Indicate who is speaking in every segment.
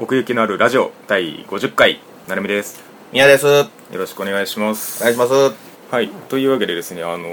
Speaker 1: 奥行きのあるラジオ第50回なるみです
Speaker 2: 宮です。お
Speaker 1: よろしくお願いします
Speaker 2: 願いします。
Speaker 1: はいというわけでですねあの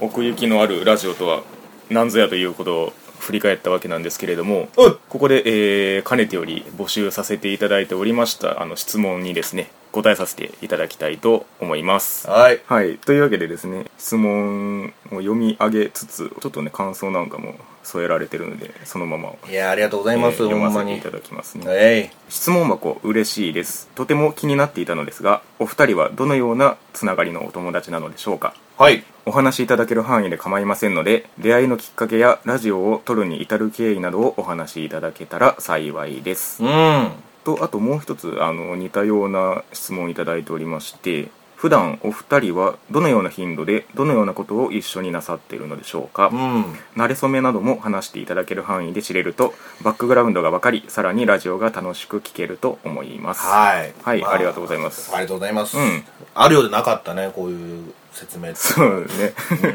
Speaker 1: 奥行きのあるラジオとは何ぞやということを振り返ったわけなんですけれども
Speaker 2: うん
Speaker 1: ここで、えーかねてより募集させていただいておりましたあの質問にですね答えさせていただきたいと思います
Speaker 2: はい。
Speaker 1: はい、というわけでですね質問を読み上げつつちょっとね感想なんかも添えられてるのでそのまま
Speaker 2: いや、ありがとうござ
Speaker 1: え
Speaker 2: い
Speaker 1: ー
Speaker 2: ます。
Speaker 1: 読
Speaker 2: ほ
Speaker 1: ま
Speaker 2: んま
Speaker 1: せて
Speaker 2: に
Speaker 1: い。ただきますね
Speaker 2: え
Speaker 1: 質問箱嬉しいですとても気になっていたのですがお二人はどのようなつながりのお友達なのでしょうか
Speaker 2: い。はい。
Speaker 1: お話しいただける範囲で構いませんので出会いのきっかけやラジオを撮るに至る経緯などをお話しいただけたら幸いです
Speaker 2: うん。
Speaker 1: とあともう一つあの似たような質問をいただいておりまして普段お二人はどのような頻度でどのようなことを一緒になさっているのでしょうか、
Speaker 2: うん。
Speaker 1: 慣れ初めなども話していただける範囲で知れるとバックグラウンドが分かりさらにラジオが楽しく聞けると思います
Speaker 2: はい。
Speaker 1: はい
Speaker 2: ま
Speaker 1: ありがとうございます
Speaker 2: ありがとうございます。
Speaker 1: うん
Speaker 2: あるようでなかったね、こういう説明。
Speaker 1: そうね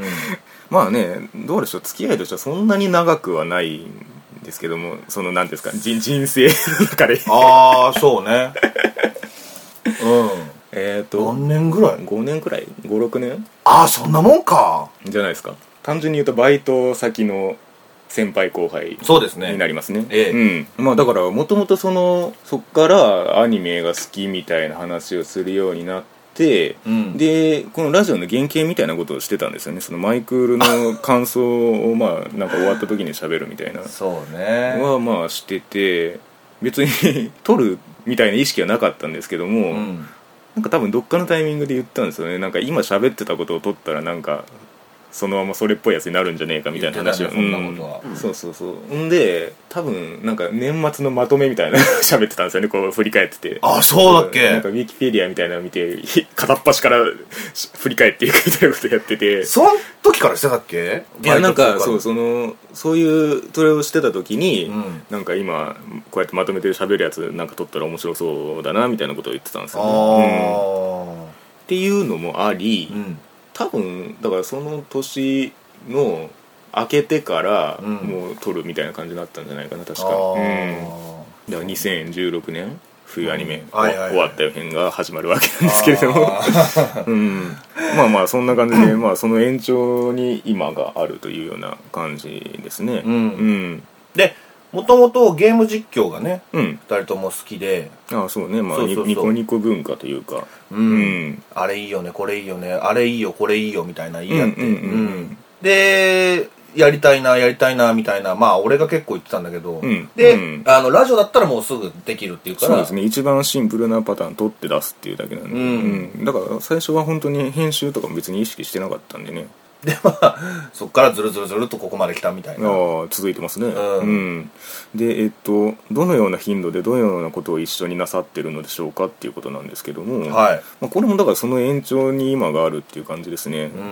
Speaker 1: まあねどうでしょう付き合いとしてはそんなに長くはないんですけどもその何ですか人人生の中で
Speaker 2: ああ、そうね。
Speaker 1: えっ
Speaker 2: うん。
Speaker 1: と
Speaker 2: 何年ぐらい
Speaker 1: 5年くらい56年
Speaker 2: ああ、そんなもんか。
Speaker 1: じゃないですか単純に言うとバイト先の先輩後輩
Speaker 2: そうですね。
Speaker 1: になりますね
Speaker 2: え
Speaker 1: うんまあだからもともとそのそっからアニメが好きみたいな話をするようになって、
Speaker 2: うん
Speaker 1: でこのラジオの原型みたいなことをしてたんですよねそのマイクール の感想をまあなんか終わった時に喋るみたいな
Speaker 2: そうね。
Speaker 1: はまあしてて別に 撮るみたいな意識はなかったんですけども、
Speaker 2: うん。
Speaker 1: なんか多分どっかのタイミングで言ったんですよねなんか今喋ってたことを撮ったらなんかそのままそれっぽいやつになるんじゃねえかみたいな話
Speaker 2: 言
Speaker 1: を、
Speaker 2: ってたねそんなことは
Speaker 1: うんそうそうそうんで多分なんか年末の まとめみたいな喋ってたんですよねこう振り返ってて
Speaker 2: あ、そうだっ
Speaker 1: なんかウ
Speaker 2: け
Speaker 1: ィキペディアみたいなの見てひ片っ端からし振り返っていくみたいなことやってて
Speaker 2: その時からしてたっけ
Speaker 1: いやなんかそう
Speaker 2: そ
Speaker 1: そのそういうそれをしてた時に、
Speaker 2: うん
Speaker 1: なんか今こうやってまとめて喋るやつなんか撮ったら面白そうだなみたいなことを言ってたんです
Speaker 2: あ
Speaker 1: よ、ねうんっ
Speaker 2: あ。
Speaker 1: ていうのもあり、
Speaker 2: うん。
Speaker 1: 多分だからその年の明けてから
Speaker 2: うん
Speaker 1: もう取るみたいな感じになったんじゃないかな確
Speaker 2: あ
Speaker 1: か、うん、
Speaker 2: あ。
Speaker 1: だから2016年冬アニメ、
Speaker 2: はいはいはい
Speaker 1: 終わったよ編が始まるわけなんですけれども、 うん、まあまあそんな感じ で、まあ、その延長に今があるというような感じですね
Speaker 2: うん
Speaker 1: うん、
Speaker 2: でもともとゲーム実況がね
Speaker 1: うん
Speaker 2: 2人とも好きで
Speaker 1: ああそうねまあ
Speaker 2: そうそうそう
Speaker 1: ニニコニコ文化というか
Speaker 2: う
Speaker 1: うん、
Speaker 2: あれいいよねこれいいよねあれいいよこれいいよみたいな言い合って
Speaker 1: うんうんうんうん
Speaker 2: うんでやりたいなやりたいなみたいなまあ俺が結構言ってたんだけど、
Speaker 1: ん
Speaker 2: で、
Speaker 1: うん
Speaker 2: あのラジオだったらもうすぐできるっていう
Speaker 1: そ
Speaker 2: か
Speaker 1: う
Speaker 2: ら
Speaker 1: ですね一番シンプルなパターン取って出すっていうだけなんで、
Speaker 2: うん
Speaker 1: うんだから最初は本当に編集とかも別に意識してなかったんでね
Speaker 2: でまあそっからズルズルズルとここまで来たみたいな
Speaker 1: ああ続いてますね
Speaker 2: うん
Speaker 1: でえっとどのような頻度でどのようなことを一緒になさってるのでしょうかっていうことなんですけども、
Speaker 2: はい
Speaker 1: まあ、これもだからその延長に今があるっていう感じですねうん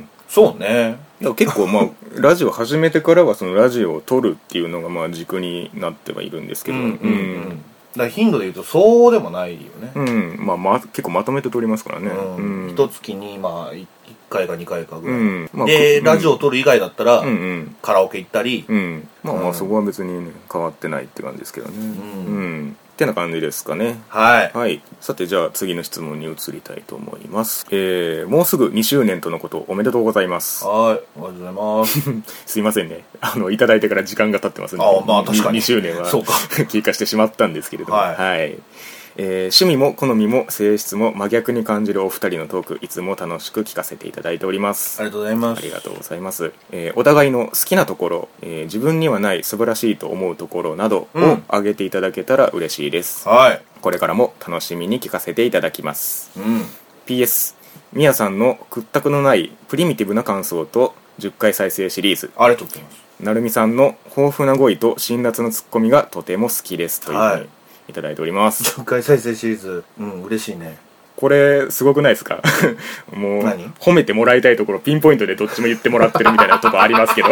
Speaker 1: ん
Speaker 2: そうね
Speaker 1: だから結構まあラジオ始めてからはそのラジオを撮るっていうのがまあ軸になってはいるんですけ
Speaker 2: う
Speaker 1: ど
Speaker 2: んうんうん、だから頻度で言うとそうでもないよね
Speaker 1: うんうんまあまあ結構まとめて撮りますからね
Speaker 2: うん、
Speaker 1: うん
Speaker 2: 一月にまあ1回か2回かぐらい、
Speaker 1: うんまあ
Speaker 2: で、
Speaker 1: うん
Speaker 2: ラジオを撮る以外だったら、
Speaker 1: うんうん
Speaker 2: カラオケ行ったり、
Speaker 1: うん、まあま
Speaker 2: う
Speaker 1: あ
Speaker 2: ん
Speaker 1: そこは別にね変わってないって感じですけどね
Speaker 2: ん
Speaker 1: うん、ってな感じですかね
Speaker 2: はい、
Speaker 1: はいさてじゃあ次の質問に移りたいと思いますえー、もうすぐ2周年とのことおめでとうございます
Speaker 2: はいありがとうございます
Speaker 1: すいませんねあのいただいてから時間が経ってますんで
Speaker 2: あまあ確かに
Speaker 1: 2周年は
Speaker 2: そうか
Speaker 1: 経過してしまったんですけれども
Speaker 2: はい
Speaker 1: えー趣味も好みも性質も真逆に感じるお二人のトークいつも楽しく聞かせていただいております
Speaker 2: ありがとうございま
Speaker 1: あ
Speaker 2: す
Speaker 1: りがとうございます、えーお互いの好きなところ、えー自分にはない素晴らしいと思うところなど
Speaker 2: う
Speaker 1: を
Speaker 2: ん
Speaker 1: 挙げていただけたら嬉しいです、
Speaker 2: はい、
Speaker 1: これからも楽しみに聞かせていただきます
Speaker 2: うん、
Speaker 1: PS みやさんの屈託のないプリミティブな感想と10回再生シリーズ
Speaker 2: ありがとうございます
Speaker 1: なるみさんの豊富な語彙と辛辣なツッコミがとても好きですという
Speaker 2: はい
Speaker 1: ふうにいただいております、
Speaker 2: 1回再生シリーズうん嬉しいね
Speaker 1: これすごくないですか もう
Speaker 2: 何
Speaker 1: 褒めてもらいたいところピンポイントでどっちも言ってもらってるみたいなとこありますけど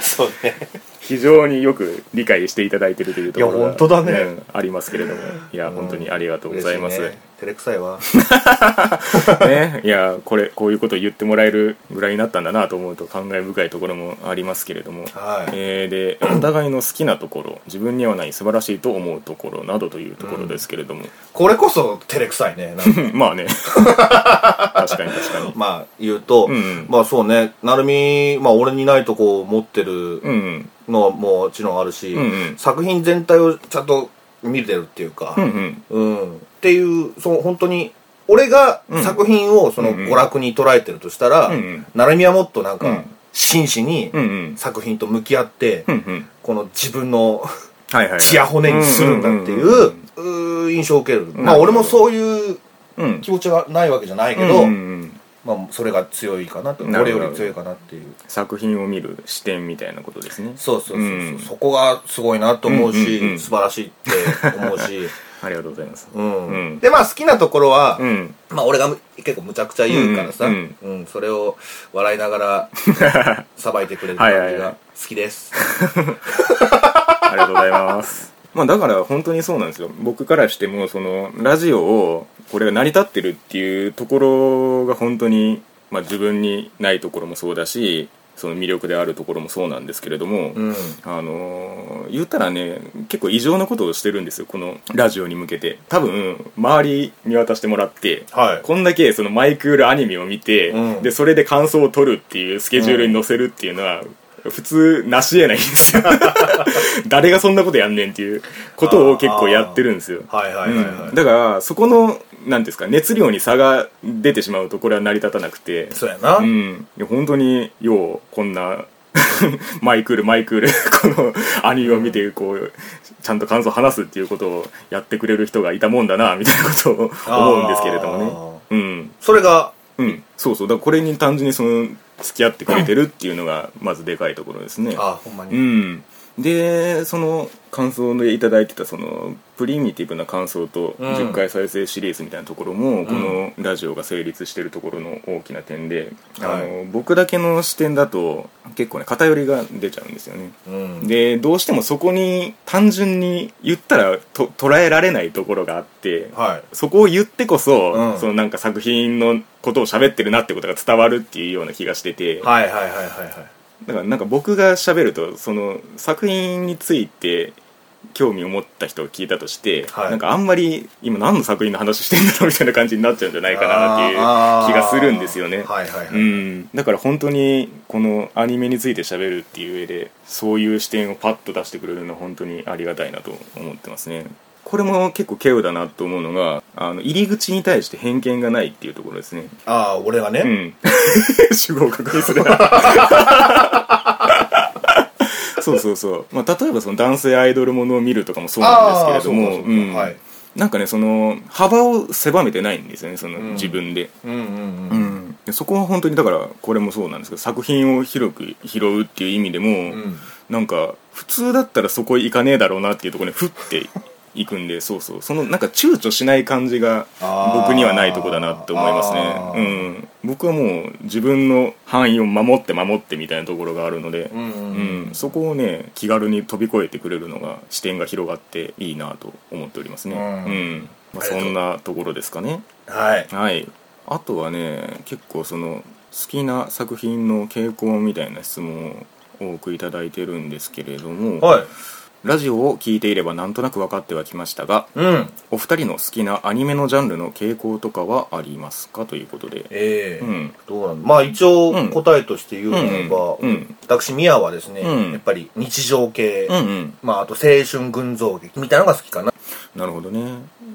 Speaker 2: そうね
Speaker 1: 非常によく理解していただいてるというところが
Speaker 2: いや本当だね
Speaker 1: うんありますけれどもいや本当にありがとうございます、
Speaker 2: 嬉しね照れくさいわ
Speaker 1: ね、いやこれこういうことを言ってもらえるぐらいになったんだなと思うと感慨深いところもありますけれども、
Speaker 2: はい
Speaker 1: えーでお互いの好きなところ自分にはない素晴らしいと思うところなどというところですけれども、
Speaker 2: これこそ照れくさいね なんか
Speaker 1: まあね確かに確かに
Speaker 2: まあ言うと、
Speaker 1: うん
Speaker 2: まあそうね成海、まあ、俺にないとこを持ってる
Speaker 1: うんうん
Speaker 2: のはもちろんあるし、
Speaker 1: うんうん
Speaker 2: 作品全体をちゃんと見てるっていうか、
Speaker 1: うんうん
Speaker 2: うん、っていうその本当に俺が作品をその
Speaker 1: うんうん
Speaker 2: 娯楽に捉えてるとしたら、
Speaker 1: うんうん
Speaker 2: 成美はもっとなんか、
Speaker 1: うん
Speaker 2: 真摯に
Speaker 1: うんうん
Speaker 2: 作品と向き合って、
Speaker 1: うんうん
Speaker 2: この自分の
Speaker 1: はいはいはい
Speaker 2: 血や骨にするんだってい
Speaker 1: うんうん
Speaker 2: ううー印象を受ける、
Speaker 1: ん
Speaker 2: まあ俺もそういう
Speaker 1: うんうん
Speaker 2: 気持ちはないわけじゃないけど、
Speaker 1: うんうんうん
Speaker 2: まあ、それが強いかなって
Speaker 1: なる
Speaker 2: 俺
Speaker 1: ほど
Speaker 2: より強いかなっていう
Speaker 1: 作品を見る視点みたいなことですね
Speaker 2: そうそうそうそう、
Speaker 1: うん
Speaker 2: そこがすごいなと思うし、
Speaker 1: うんうんうん
Speaker 2: 素晴らしいって思 うし、
Speaker 1: ありがとうございます
Speaker 2: うん
Speaker 1: うん
Speaker 2: でまあ好きなところは、
Speaker 1: うん
Speaker 2: まあ俺がむ結構むちゃくちゃ言うからさ、
Speaker 1: う
Speaker 2: うんんそれを笑いながら さばいてくれる
Speaker 1: は
Speaker 2: 感
Speaker 1: い
Speaker 2: じ
Speaker 1: はいはい
Speaker 2: が好 きです。
Speaker 1: ありがとうございます。まあだから本当にそうなんですよ。僕からしても、その、ラジオを、これが成り立ってるっていうところが本当に、まあ自分にないところもそうだし、その魅力であるところもそうなんですけれども、
Speaker 2: うん
Speaker 1: あのー言ったらね結構異常なことをしてるんですよこのラジオに向けて多分周り見渡してもらって、
Speaker 2: はい
Speaker 1: こんだけそのマイクールアニメを見て、
Speaker 2: うん
Speaker 1: でそれで感想を取るっていうスケジュールに載せるっていうのは、普通なし得ないんですよ 誰がそんなことやんねんっていうことを結構やってるんですよ
Speaker 2: はいはいはいはい。
Speaker 1: うんだからそこのなんていうんですか熱量に差が出てしまうとこれは成り立たなくて
Speaker 2: そうやな、
Speaker 1: うん、いや本当にようこんな マイクールマイクール このアニメを見てこうちゃんと感想を話すっていうことをやってくれる人がいたもんだなみたいなことを思うんですけれどもねうん
Speaker 2: それが、
Speaker 1: うんそうそうだからこれに単純にその付き合ってくれてるっていうのがまずでかいところですね
Speaker 2: あほんま
Speaker 1: う
Speaker 2: に。
Speaker 1: んでその感想でいただいてたそのプリミティブな感想と
Speaker 2: うん
Speaker 1: 10回再生シリーズみたいなところも、このラジオが成立してるところの大きな点で、あの僕だけの視点だと結構ね偏りが出ちゃうんですよね
Speaker 2: うん。
Speaker 1: でどうしてもそこに単純に言ったらと捉えられないところがあって、
Speaker 2: はい。
Speaker 1: そこを言ってこそ、
Speaker 2: うん
Speaker 1: そのなんか作品のことを喋ってるなってことが伝わるっていうような気がしてて、
Speaker 2: はいはいはいはいはい。
Speaker 1: だからなんか僕が喋るとその作品について興味を持った人を聞いたとして、
Speaker 2: はい
Speaker 1: なんかあんまり今何の作品の話してんだろうみたいな感じになっちゃうんじゃないかなっていう
Speaker 2: あー
Speaker 1: 気がするんですよね、
Speaker 2: はいはいはい。
Speaker 1: うん、だから本当にこのアニメについて喋るっていう上でそういう視点をパッと出してくれるのは本当にありがたいなと思ってますねこれも結構稀有だなと思うのがあの入り口に対して偏見がないっていうところですね
Speaker 2: ああ、俺がね、
Speaker 1: うん。主語を確認するな。そうそうそう。まあ、例えばその男性アイドルものを見るとかもそうなんですけれど
Speaker 2: あ
Speaker 1: も、
Speaker 2: ーそうかそうか
Speaker 1: ん
Speaker 2: はい
Speaker 1: なんかね、その、幅を狭めてないんですよね、その、
Speaker 2: ん
Speaker 1: 自分で。
Speaker 2: うんうん
Speaker 1: う
Speaker 2: うん。
Speaker 1: ん、でそこは本当にだからこれもそうなんですけど作品を広く拾うっていう意味でも、
Speaker 2: ん
Speaker 1: なんか普通だったらそこ行かねえだろうなっていうところにフッて行くん でそうそうそのなんか躊躇しない感じが
Speaker 2: あー
Speaker 1: 僕にはないとこだなって思います
Speaker 2: あ
Speaker 1: ね、うん、僕はもう自分の範囲を守って守ってみたいなところがあるので、
Speaker 2: うんうん
Speaker 1: うんそこをね気軽に飛び越えてくれるのが視点が広がっていいなと思っておりますね、
Speaker 2: うん
Speaker 1: うんまあ、
Speaker 2: ありが
Speaker 1: そ
Speaker 2: とうん
Speaker 1: なところですかね
Speaker 2: はい。
Speaker 1: はい、あとはね結構その好きな作品の傾向みたいな質問を多くいただいてるんですけれども、
Speaker 2: はい。
Speaker 1: ラジオを聞いていればなんとなく分かってはきましたが
Speaker 2: うん。
Speaker 1: お二人の好きなアニメのジャンルの傾向とかはありますかということで、
Speaker 2: え
Speaker 1: う
Speaker 2: え
Speaker 1: ん、
Speaker 2: どうなんだまあ一応
Speaker 1: うん
Speaker 2: 答えとして言うのが、
Speaker 1: うんうん
Speaker 2: 私ミヤはですね、
Speaker 1: うん
Speaker 2: やっぱり日常系、
Speaker 1: うんうん
Speaker 2: まああと青春群像劇みたいなのが好きかな
Speaker 1: なるほどね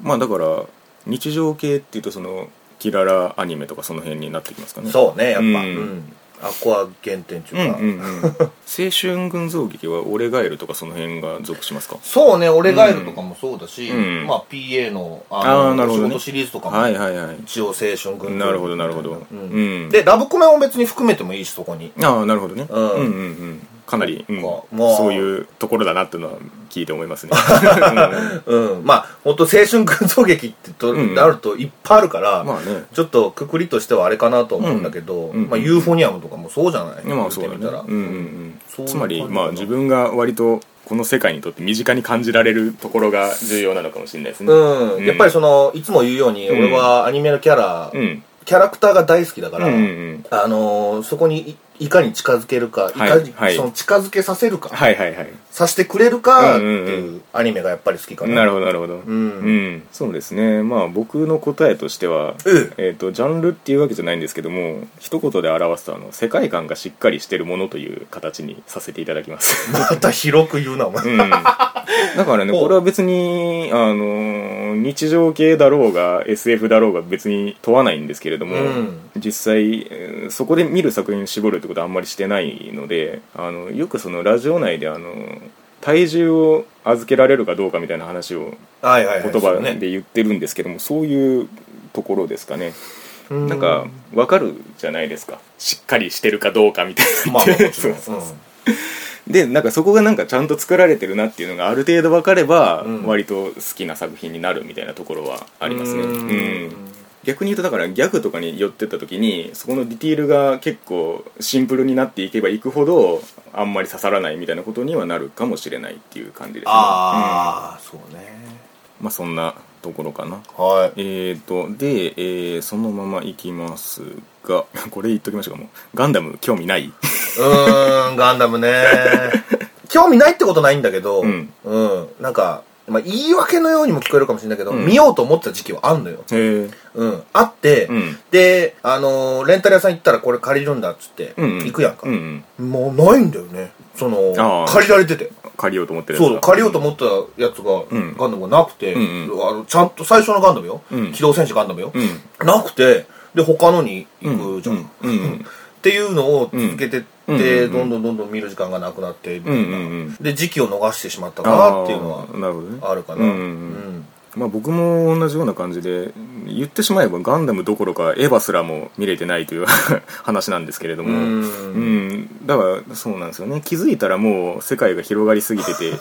Speaker 1: まあだから日常系っていうとそのキララアニメとかその辺になってきますかね
Speaker 2: そうねやっぱ、
Speaker 1: う
Speaker 2: うんんあっこは原点って
Speaker 1: う
Speaker 2: い
Speaker 1: ん
Speaker 2: うか、
Speaker 1: うん うん青春群像劇は「俺ガエル」とかその辺が属しますか
Speaker 2: そうね俺ガエルとかもそうだし、
Speaker 1: うん
Speaker 2: まあ PA の
Speaker 1: あー
Speaker 2: あ
Speaker 1: な
Speaker 2: の
Speaker 1: るほ
Speaker 2: 仕
Speaker 1: どね
Speaker 2: 事シリーズとかも、
Speaker 1: はいはいはい
Speaker 2: 一応青春群像劇
Speaker 1: なるほどなるほど
Speaker 2: うん
Speaker 1: うん
Speaker 2: でラブコメも別に含めてもいいしそこに
Speaker 1: ああなるほどねう
Speaker 2: うんん
Speaker 1: うんうんかなり、うん
Speaker 2: もう
Speaker 1: そういうところだなっていうのは聞いて思います ね、うん
Speaker 2: うん、まあ本当青春群像劇ってと、
Speaker 1: うん
Speaker 2: なるといっぱいあるから、
Speaker 1: まあね
Speaker 2: ちょっとくくりとしてはあれかなと思うんだけど、
Speaker 1: んうん
Speaker 2: まあ、ユーフォニアムとかもそうじゃない、
Speaker 1: まあそうだね
Speaker 2: 言ってみたら、
Speaker 1: うんうん、
Speaker 2: そううんいう
Speaker 1: つまり
Speaker 2: 感じ
Speaker 1: まあ自分が割とこの世界にとって身近に感じられるところが重要なのかもしれないですね
Speaker 2: うん
Speaker 1: うん
Speaker 2: やっぱりそのいつも言うように、
Speaker 1: ん
Speaker 2: 俺はアニメのキャラ、
Speaker 1: うん
Speaker 2: キャラクターが大好きだから、
Speaker 1: うんうん
Speaker 2: あのーそこにいいかに近づけるかいかに、
Speaker 1: はいはい
Speaker 2: その近づけさせるか、
Speaker 1: はいはいはい
Speaker 2: させてくれるかって
Speaker 1: うんう
Speaker 2: いうアニメがやっぱり好きかな
Speaker 1: なるほどなるほどうんそうですねまあ僕の答えとしては
Speaker 2: うん
Speaker 1: えーとジャンルっていうわけじゃないんですけども一言で表すとあの世界観がしっかりしてるものという形にさせていただきます
Speaker 2: また広く言うなお 前、
Speaker 1: うん、だからね
Speaker 2: ほう
Speaker 1: これは別に、あのー日常系だろうが SF だろうが別に問わないんですけれども、
Speaker 2: うん
Speaker 1: 実際えーそこで見る作品を絞るってことはあんまりしてないのであのよくそのラジオ内であの体重を預けられるかどうかみたいな話を
Speaker 2: はいはいはい
Speaker 1: 言
Speaker 2: そう
Speaker 1: 葉
Speaker 2: ね
Speaker 1: で言ってるんですけどもそういうところですかね
Speaker 2: うん
Speaker 1: なんかわかるじゃないですかしっかりしてるかどうかみたいな
Speaker 2: まあまあも ち
Speaker 1: そ
Speaker 2: ろ
Speaker 1: うんそうそう
Speaker 2: うん
Speaker 1: でなんかそこがなんかちゃんと作られてるなっていうのがある程度分かれば、
Speaker 2: うん
Speaker 1: 割と好きな作品になるみたいなところはありますね
Speaker 2: う
Speaker 1: うんん逆に言うとだからギャグとかに寄ってった時にそこのディティールが結構シンプルになっていけばいくほどあんまり刺さらないみたいなことにはなるかもしれないっていう感じですね
Speaker 2: ああ、そうね
Speaker 1: うんまあそんなところかな
Speaker 2: は
Speaker 1: えーとで、えーそのままいきますが これ言っときましょうかもうガンダム興味ない
Speaker 2: いうーんガンダムね 興味ないってことないんだけど
Speaker 1: うん、
Speaker 2: うんなんか、まあ、言い訳のようにも聞こえるかもしれないけど、
Speaker 1: うん
Speaker 2: 見ようと思ってた時期はあんのよ
Speaker 1: へえ
Speaker 2: うんあって、
Speaker 1: うん
Speaker 2: であのーレンタル屋さん行ったらこれ借りるんだっつって、
Speaker 1: うんうん
Speaker 2: 行くやんか
Speaker 1: う、ん
Speaker 2: もうないんだよねその
Speaker 1: あー
Speaker 2: 借りられてて
Speaker 1: うん借りようと思ってるやつ
Speaker 2: そう借りようと思ったやつが、
Speaker 1: ん
Speaker 2: ガンダムがなくて、
Speaker 1: うん
Speaker 2: あのちゃんと最初のガンダムよ、
Speaker 1: うん
Speaker 2: 機動戦士ガンダムよ、
Speaker 1: うん
Speaker 2: なくてで他のに行くじゃん、
Speaker 1: うんうんうん
Speaker 2: っていうのを続けてって、
Speaker 1: うん
Speaker 2: どんどんどんどん見る時間がなくなって、
Speaker 1: うんうんうん
Speaker 2: で時期を逃してしまったかなっていうのは
Speaker 1: あーなるほどね
Speaker 2: あるかな、
Speaker 1: うんうんうんまあ、僕も同じような感じで言ってしまえばガンダムどころかエヴァすらも見れてないという 話なんですけれども
Speaker 2: うん
Speaker 1: うんだからそうなんですよね気づいたらもう世界が広がりすぎて て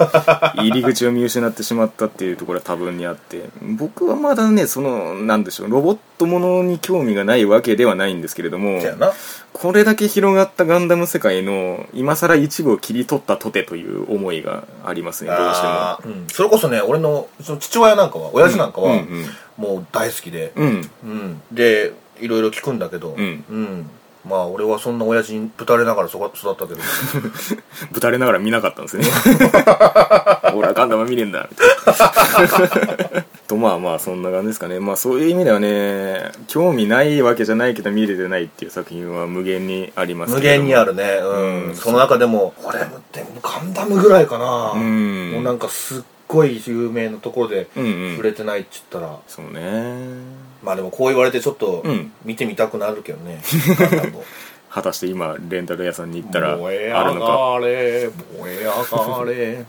Speaker 1: 入り口を見失ってしまったっていうところは多分にあって僕はまだねそのなんでしょうロボットものに興味がないわけではないんですけれども
Speaker 2: せやな
Speaker 1: これだけ広がったガンダム世界の今更一部を切り取ったとてという思いがありますねどうしても。
Speaker 2: あーうんそれこそね俺のその父親なんかは親父なんかは、
Speaker 1: うんうん
Speaker 2: もう大好きで、
Speaker 1: うん
Speaker 2: うんでいろいろ聞くんだけど、
Speaker 1: うん
Speaker 2: まあ俺はそんな親父にぶたれながら育育ったけど
Speaker 1: ぶたれながら見なかったん ですねほらガンダム見ねえんだみたいなとまあまあそんな感じですかねまあそういう意味ではね興味ないわけじゃないけど見れてないっていう作品は無限にあります
Speaker 2: 無
Speaker 1: けれど
Speaker 2: 限
Speaker 1: も
Speaker 2: にあるね、うん
Speaker 1: うん
Speaker 2: その中でも俺もでもガンダムぐらいかな、
Speaker 1: うん
Speaker 2: もうなんかすっごい有名なところで
Speaker 1: うんうん
Speaker 2: 触れてないっつったら、
Speaker 1: そうね
Speaker 2: まあでもこう言われてちょっと
Speaker 1: うん
Speaker 2: 見てみたくなるけ どね、ガンダムを
Speaker 1: 果たして今レンタル屋さんに行ったらあ
Speaker 2: 燃え
Speaker 1: るのか
Speaker 2: 上がれ燃え 上がれ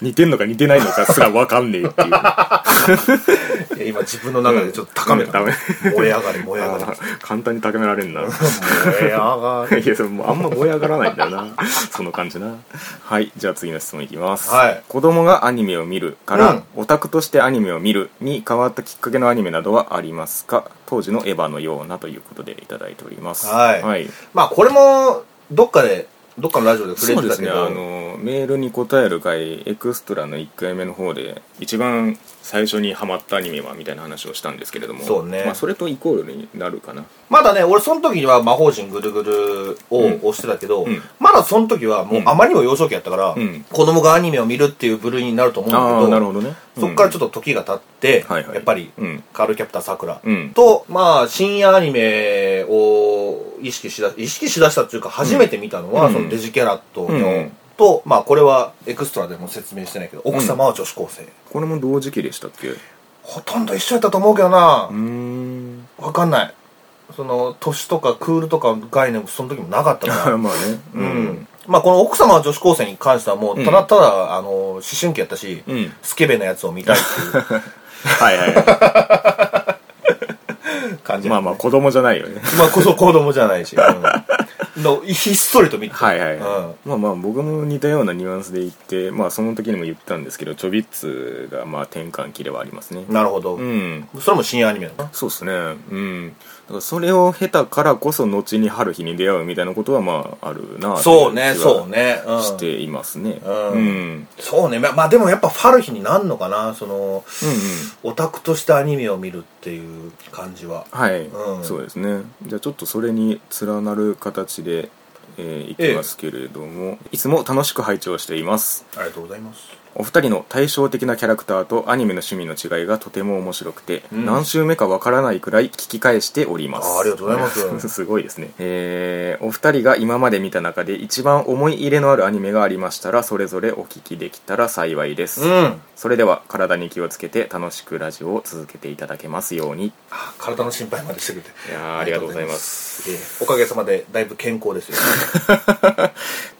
Speaker 1: 似てんのか似てないのかすら分かんねえっ ていう
Speaker 2: いや今自分の中でちょっと高めた、
Speaker 1: うんダ
Speaker 2: 燃え上がれ燃え上がれ
Speaker 1: あー簡単に高められんな
Speaker 2: 燃え上が れ
Speaker 1: いやそれもうあんま燃え上がらないんだよ なその感じなはいじゃあ次の質問いきます、
Speaker 2: はい
Speaker 1: 子供がアニメを見るから、
Speaker 2: うん
Speaker 1: オタクとしてアニメを見るに変わったきっかけのアニメなどはありますか当時のエヴァのようなということでいただいております
Speaker 2: はい
Speaker 1: はい、
Speaker 2: まあこれもどっかでどっかのラジオで触
Speaker 1: そ
Speaker 2: れ
Speaker 1: う
Speaker 2: て
Speaker 1: で
Speaker 2: た
Speaker 1: す
Speaker 2: け
Speaker 1: ね
Speaker 2: ど、
Speaker 1: あのメールに答える回エクストラの1回目の方で一番最初にハマったアニメはみたいな話をしたんですけれども
Speaker 2: そうね
Speaker 1: まあ、それとイコールになるかな
Speaker 2: まだね俺その時には魔法陣ぐるぐるを押してたけど、
Speaker 1: うん
Speaker 2: まだその時はもうあまりにも幼少期やったから、
Speaker 1: うん
Speaker 2: 子供がアニメを見るっていう部類になると思うんだ
Speaker 1: あ
Speaker 2: け
Speaker 1: あ
Speaker 2: ど
Speaker 1: なるほどね
Speaker 2: そこからちょ
Speaker 1: ょっ
Speaker 2: っと時が経って、
Speaker 1: はいはい
Speaker 2: やっぱり、
Speaker 1: うん
Speaker 2: カールキャプターさくら
Speaker 1: うん
Speaker 2: と、まあ、深夜アニメを意識しだ、意識しだしたっていうか、初めて見たのは、
Speaker 1: うん
Speaker 2: そのデジキャラットの、
Speaker 1: うん
Speaker 2: と、まあ、これはエクストラでも説明してないけど、奥様は女子高生。
Speaker 1: これも同時期でしたっけう
Speaker 2: ほとんど一緒やったと思うけどな
Speaker 1: ー、ん
Speaker 2: わかんない。その、年とかクールとかの概念もその時もなかった か ら。
Speaker 1: まあね
Speaker 2: うん。まあ、この奥様は女子高生に関してはもう、ただただ、あの、思春期やったし、
Speaker 1: うん
Speaker 2: スケベなやつを見たいってい
Speaker 1: はい はいは
Speaker 2: う感
Speaker 1: い。
Speaker 2: じ。
Speaker 1: まあまあ子供じゃないよね。
Speaker 2: まあこそ子供じゃないし、うんのひっそりと見て
Speaker 1: はいはい、
Speaker 2: うん
Speaker 1: まあまあ僕も似たようなニュアンスで言ってまあその時にも言ったんですけどちょびっつがまあ転換期ではありますね
Speaker 2: なるほど、
Speaker 1: うん
Speaker 2: それも深夜アニメなの
Speaker 1: そうですねうんだからそれを経たからこそ後に春日に出会うみたいなことはまああるな
Speaker 2: そうねそうね、う、
Speaker 1: うんしていますね
Speaker 2: うん
Speaker 1: うん、うん
Speaker 2: そうねままあでもやっぱファルヒになんのかなそのオタクとしてアニメを見るっていう感じは
Speaker 1: はい、
Speaker 2: うん
Speaker 1: そうですねじゃあちょっとそれに連なる形で、えーいきますけれども、いつも楽しく拝聴しています
Speaker 2: ありがとうございます
Speaker 1: お二人の対照的なキャラクターとアニメの趣味の違いがとても面白くて、
Speaker 2: うん
Speaker 1: 何週目かわからないくらい聞き返しております
Speaker 2: あありがとうございま す
Speaker 1: すごいですねえーお二人が今まで見た中で一番思い入れのあるアニメがありましたらそれぞれお聞きできたら幸いです、
Speaker 2: うん
Speaker 1: それでは体に気をつけて楽しくラジオを続けていただけますように
Speaker 2: あ体の心配までしてくれて
Speaker 1: いやーありがとうございます
Speaker 2: す、ええおかげさまでだいぶ健康ですよ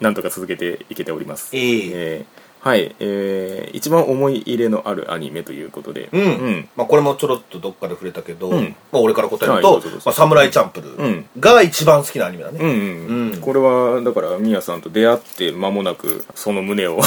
Speaker 1: なんとか続けて いけております
Speaker 2: ええ
Speaker 1: えーはいえー一番思い入れのあるアニメということで
Speaker 2: うん、
Speaker 1: うん
Speaker 2: まあ、これもちょろっとどっかで触れたけど、
Speaker 1: うん
Speaker 2: まあ、俺から答える
Speaker 1: は
Speaker 2: と
Speaker 1: いどうぞどうぞ
Speaker 2: 「まあ、サムライチャンプル
Speaker 1: うん」
Speaker 2: が一番好きなアニメだね、
Speaker 1: うんうん
Speaker 2: うん
Speaker 1: これはだからミヤさんと出会って間もなくその胸を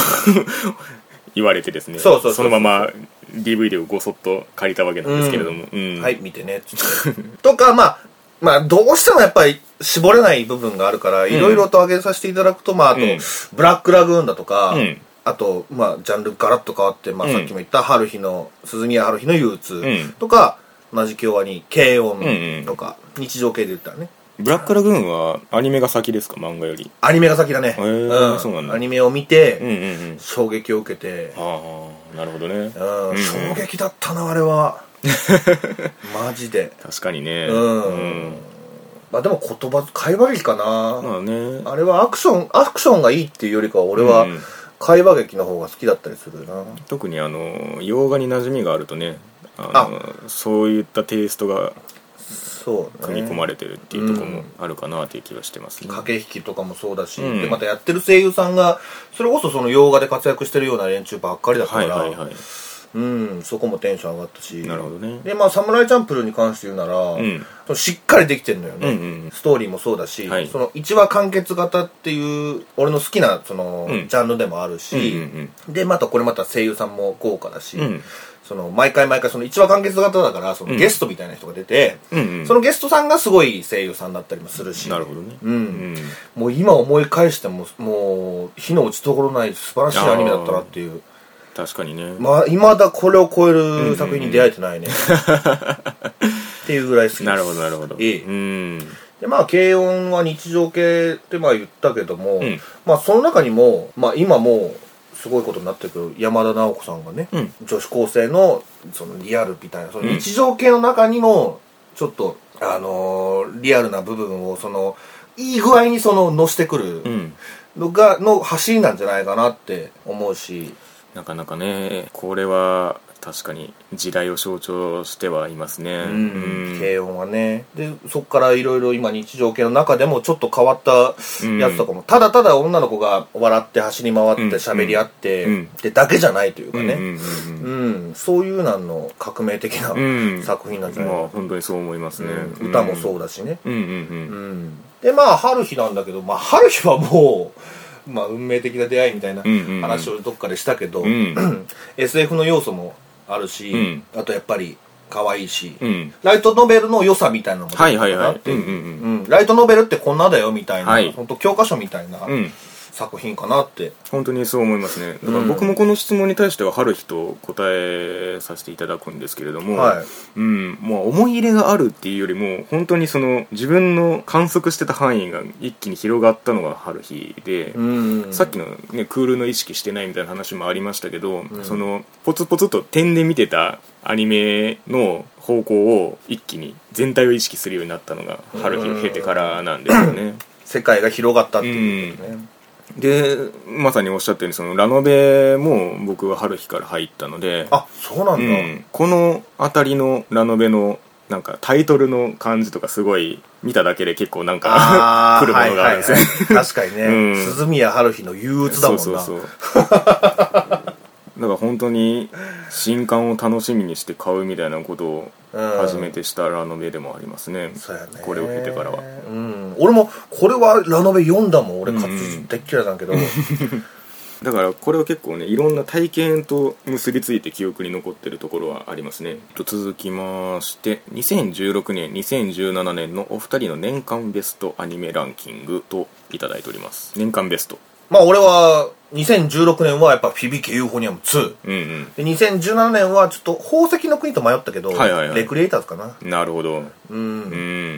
Speaker 1: 言われてですね
Speaker 2: そうそうそうそ
Speaker 1: の
Speaker 2: う
Speaker 1: まま DVD をごそっと借りたわけなんですけれども、うん
Speaker 2: はい見てねっつってとかまあまあどうしてもやっぱり絞れない部分があるからいろいろと挙げさせていただくとまああと、
Speaker 1: うん
Speaker 2: ブラックラグーンだとか、
Speaker 1: うん
Speaker 2: あとまあジャンルガラッと変わって、まあ、
Speaker 1: うん
Speaker 2: さっきも言った春日の鈴宮春日の憂鬱
Speaker 1: ん
Speaker 2: とか、同じ京アニ
Speaker 1: ん
Speaker 2: 軽
Speaker 1: うん
Speaker 2: 音とか、日常系で言ったらね
Speaker 1: ブラックラグーンはアニメが先ですか漫画より
Speaker 2: アニメが先だね、
Speaker 1: へー
Speaker 2: うん
Speaker 1: そうなんだ
Speaker 2: アニメを見て、
Speaker 1: うんうんうん
Speaker 2: 衝撃を受けて
Speaker 1: ああなるほどね
Speaker 2: うん、
Speaker 1: うん
Speaker 2: 衝撃だったなあ れはマジで
Speaker 1: 確かにね
Speaker 2: うん、まあでも言葉会話劇かな、
Speaker 1: まあね
Speaker 2: あれはアクションアクションがいいっていうよりかは俺は
Speaker 1: うん
Speaker 2: 会話劇の方が好きだったりするな、
Speaker 1: 特にあの洋画に馴染みがあるとねあのそういったテイストが
Speaker 2: そうね
Speaker 1: 組み込まれてるっていうところもあるかなという気はしてますね、
Speaker 2: 駆け引きとかもそうだし、
Speaker 1: うん
Speaker 2: でまたやってる声優さんがそれこそその洋画で活躍してるような連中ばっかりだか
Speaker 1: はい
Speaker 2: ら、
Speaker 1: はいはい
Speaker 2: うんそこもテンション上がったし
Speaker 1: なるほどね
Speaker 2: でまあ「サムライチャンプル」に関して言うなら、
Speaker 1: ん
Speaker 2: そのしっかりできてるのよね、
Speaker 1: うんうんうん
Speaker 2: ストーリーもそうだし、
Speaker 1: はい
Speaker 2: その1話完結型っていう俺の好きなその、
Speaker 1: うん
Speaker 2: ジャンルでもあ
Speaker 1: う
Speaker 2: る
Speaker 1: んう
Speaker 2: し、
Speaker 1: ん
Speaker 2: でまたこれまた声優さんも豪華だし、
Speaker 1: うん
Speaker 2: その毎回毎回その1話完結型だからそのゲストみたいな人が出て、
Speaker 1: うんうん
Speaker 2: そのゲストさんがすごい声優さんだったりもするし
Speaker 1: なるほどね
Speaker 2: うん
Speaker 1: うん
Speaker 2: もう今思い返してももう火の打ち所ない素晴らしいアニメだったなっていう
Speaker 1: 確かにね、
Speaker 2: まあいまだこれを超える作品に出会えてないね、っていうぐらい好きです
Speaker 1: なるほどなるほど
Speaker 2: ええ
Speaker 1: うん
Speaker 2: でまあ軽音は日常系ってまあ言ったけども、
Speaker 1: ん
Speaker 2: まあその中にも、まあ、今もうすごいことになってるけど山田直子さんがね、
Speaker 1: うん
Speaker 2: 女子高生のそのリアルみたいなその日常系の中にもちょっと、あのーリアルな部分をそのいい具合にその乗してく
Speaker 1: う
Speaker 2: る
Speaker 1: ん
Speaker 2: のが、の走りなんじゃないかなって思うし
Speaker 1: なかなかねこれは確かに時代を象徴してはいますねう
Speaker 2: 軽音はねでそっからいろいろ今日常系の中でもちょっと変わったやつとかも、ただただ女の子が笑って走り回って
Speaker 1: うん
Speaker 2: 喋り合って、
Speaker 1: うん
Speaker 2: ってだけじゃないというか
Speaker 1: うんうん
Speaker 2: ね、
Speaker 1: うん
Speaker 2: うんそういうなんの革命的な
Speaker 1: うん
Speaker 2: 作品なんじ
Speaker 1: う
Speaker 2: ゃ
Speaker 1: ん
Speaker 2: ない
Speaker 1: まあ
Speaker 2: か
Speaker 1: 本当にそう思います
Speaker 2: な、
Speaker 1: ね
Speaker 2: うん歌も
Speaker 1: う
Speaker 2: そうだしね、
Speaker 1: んうんうん
Speaker 2: う
Speaker 1: うん
Speaker 2: ん、でまあ春日なんだけど、まあ、春日はもう、まあ、運命的な出会いみたいな
Speaker 1: うんうんうん
Speaker 2: 話をどっかでしたけど、
Speaker 1: うん
Speaker 2: SF の要素もあるし、
Speaker 1: うん
Speaker 2: あとやっぱり可愛いし、
Speaker 1: うん
Speaker 2: ライトノベルの良さみたいなのも出て
Speaker 1: はい
Speaker 2: る
Speaker 1: はい
Speaker 2: かな
Speaker 1: は
Speaker 2: っ
Speaker 1: い
Speaker 2: て
Speaker 1: う
Speaker 2: い
Speaker 1: ん
Speaker 2: う
Speaker 1: うんうん
Speaker 2: うん、ライトノベルってこんなだよみたいな、
Speaker 1: はい
Speaker 2: 本当教科書みたいな
Speaker 1: うん
Speaker 2: 作品かなって、
Speaker 1: 本当にそう思いますねだから僕もこの質問に対しては春日と答えさせていただくんですけれども、
Speaker 2: はい
Speaker 1: うんまあ、思い入れがあるっていうよりも本当にその自分の観測してた範囲が一気に広がったのが春日で、
Speaker 2: うん
Speaker 1: さっきの、ね、クールの意識してないみたいな話もありましたけど、そのポツポツと点で見てたアニメの方向を一気に全体を意識するようになったのが春日を経てからなんですよね。
Speaker 2: 世界が広がったっていうことね、
Speaker 1: でまさにおっしゃったようにそのラノベも僕は春日から入ったので
Speaker 2: あそうな
Speaker 1: う
Speaker 2: んだ、
Speaker 1: ん、この辺りのラノベのなんかタイトルの感じとかすごい見ただけで結構なんか
Speaker 2: あー
Speaker 1: 来るものがあるんですよ、
Speaker 2: はいはい はい確かにね、
Speaker 1: うん
Speaker 2: 鈴宮春日の憂鬱だもんな
Speaker 1: そうそうそうだから本当に新刊を楽しみにして買うみたいなことを
Speaker 2: うん
Speaker 1: 初めてしたラノベでもありますね、
Speaker 2: そうやね
Speaker 1: これを経てからは
Speaker 2: うん俺もこれはラノベ読んだもん俺活
Speaker 1: うん
Speaker 2: 大っ嫌いだけど、
Speaker 1: だからこれは結構ねいろんな体験と結びついて記憶に残ってるところはありますねと続きまして2016年2017年のお二人の年間ベストアニメランキングといただいております年間ベスト
Speaker 2: まあ俺は2016年はやっぱ「響きユーフォニアム2」
Speaker 1: うん
Speaker 2: で2017年はちょっと宝石の国と迷ったけど、
Speaker 1: はいはいはい
Speaker 2: レクリエイターズかな
Speaker 1: うんなるほど
Speaker 2: う
Speaker 1: うん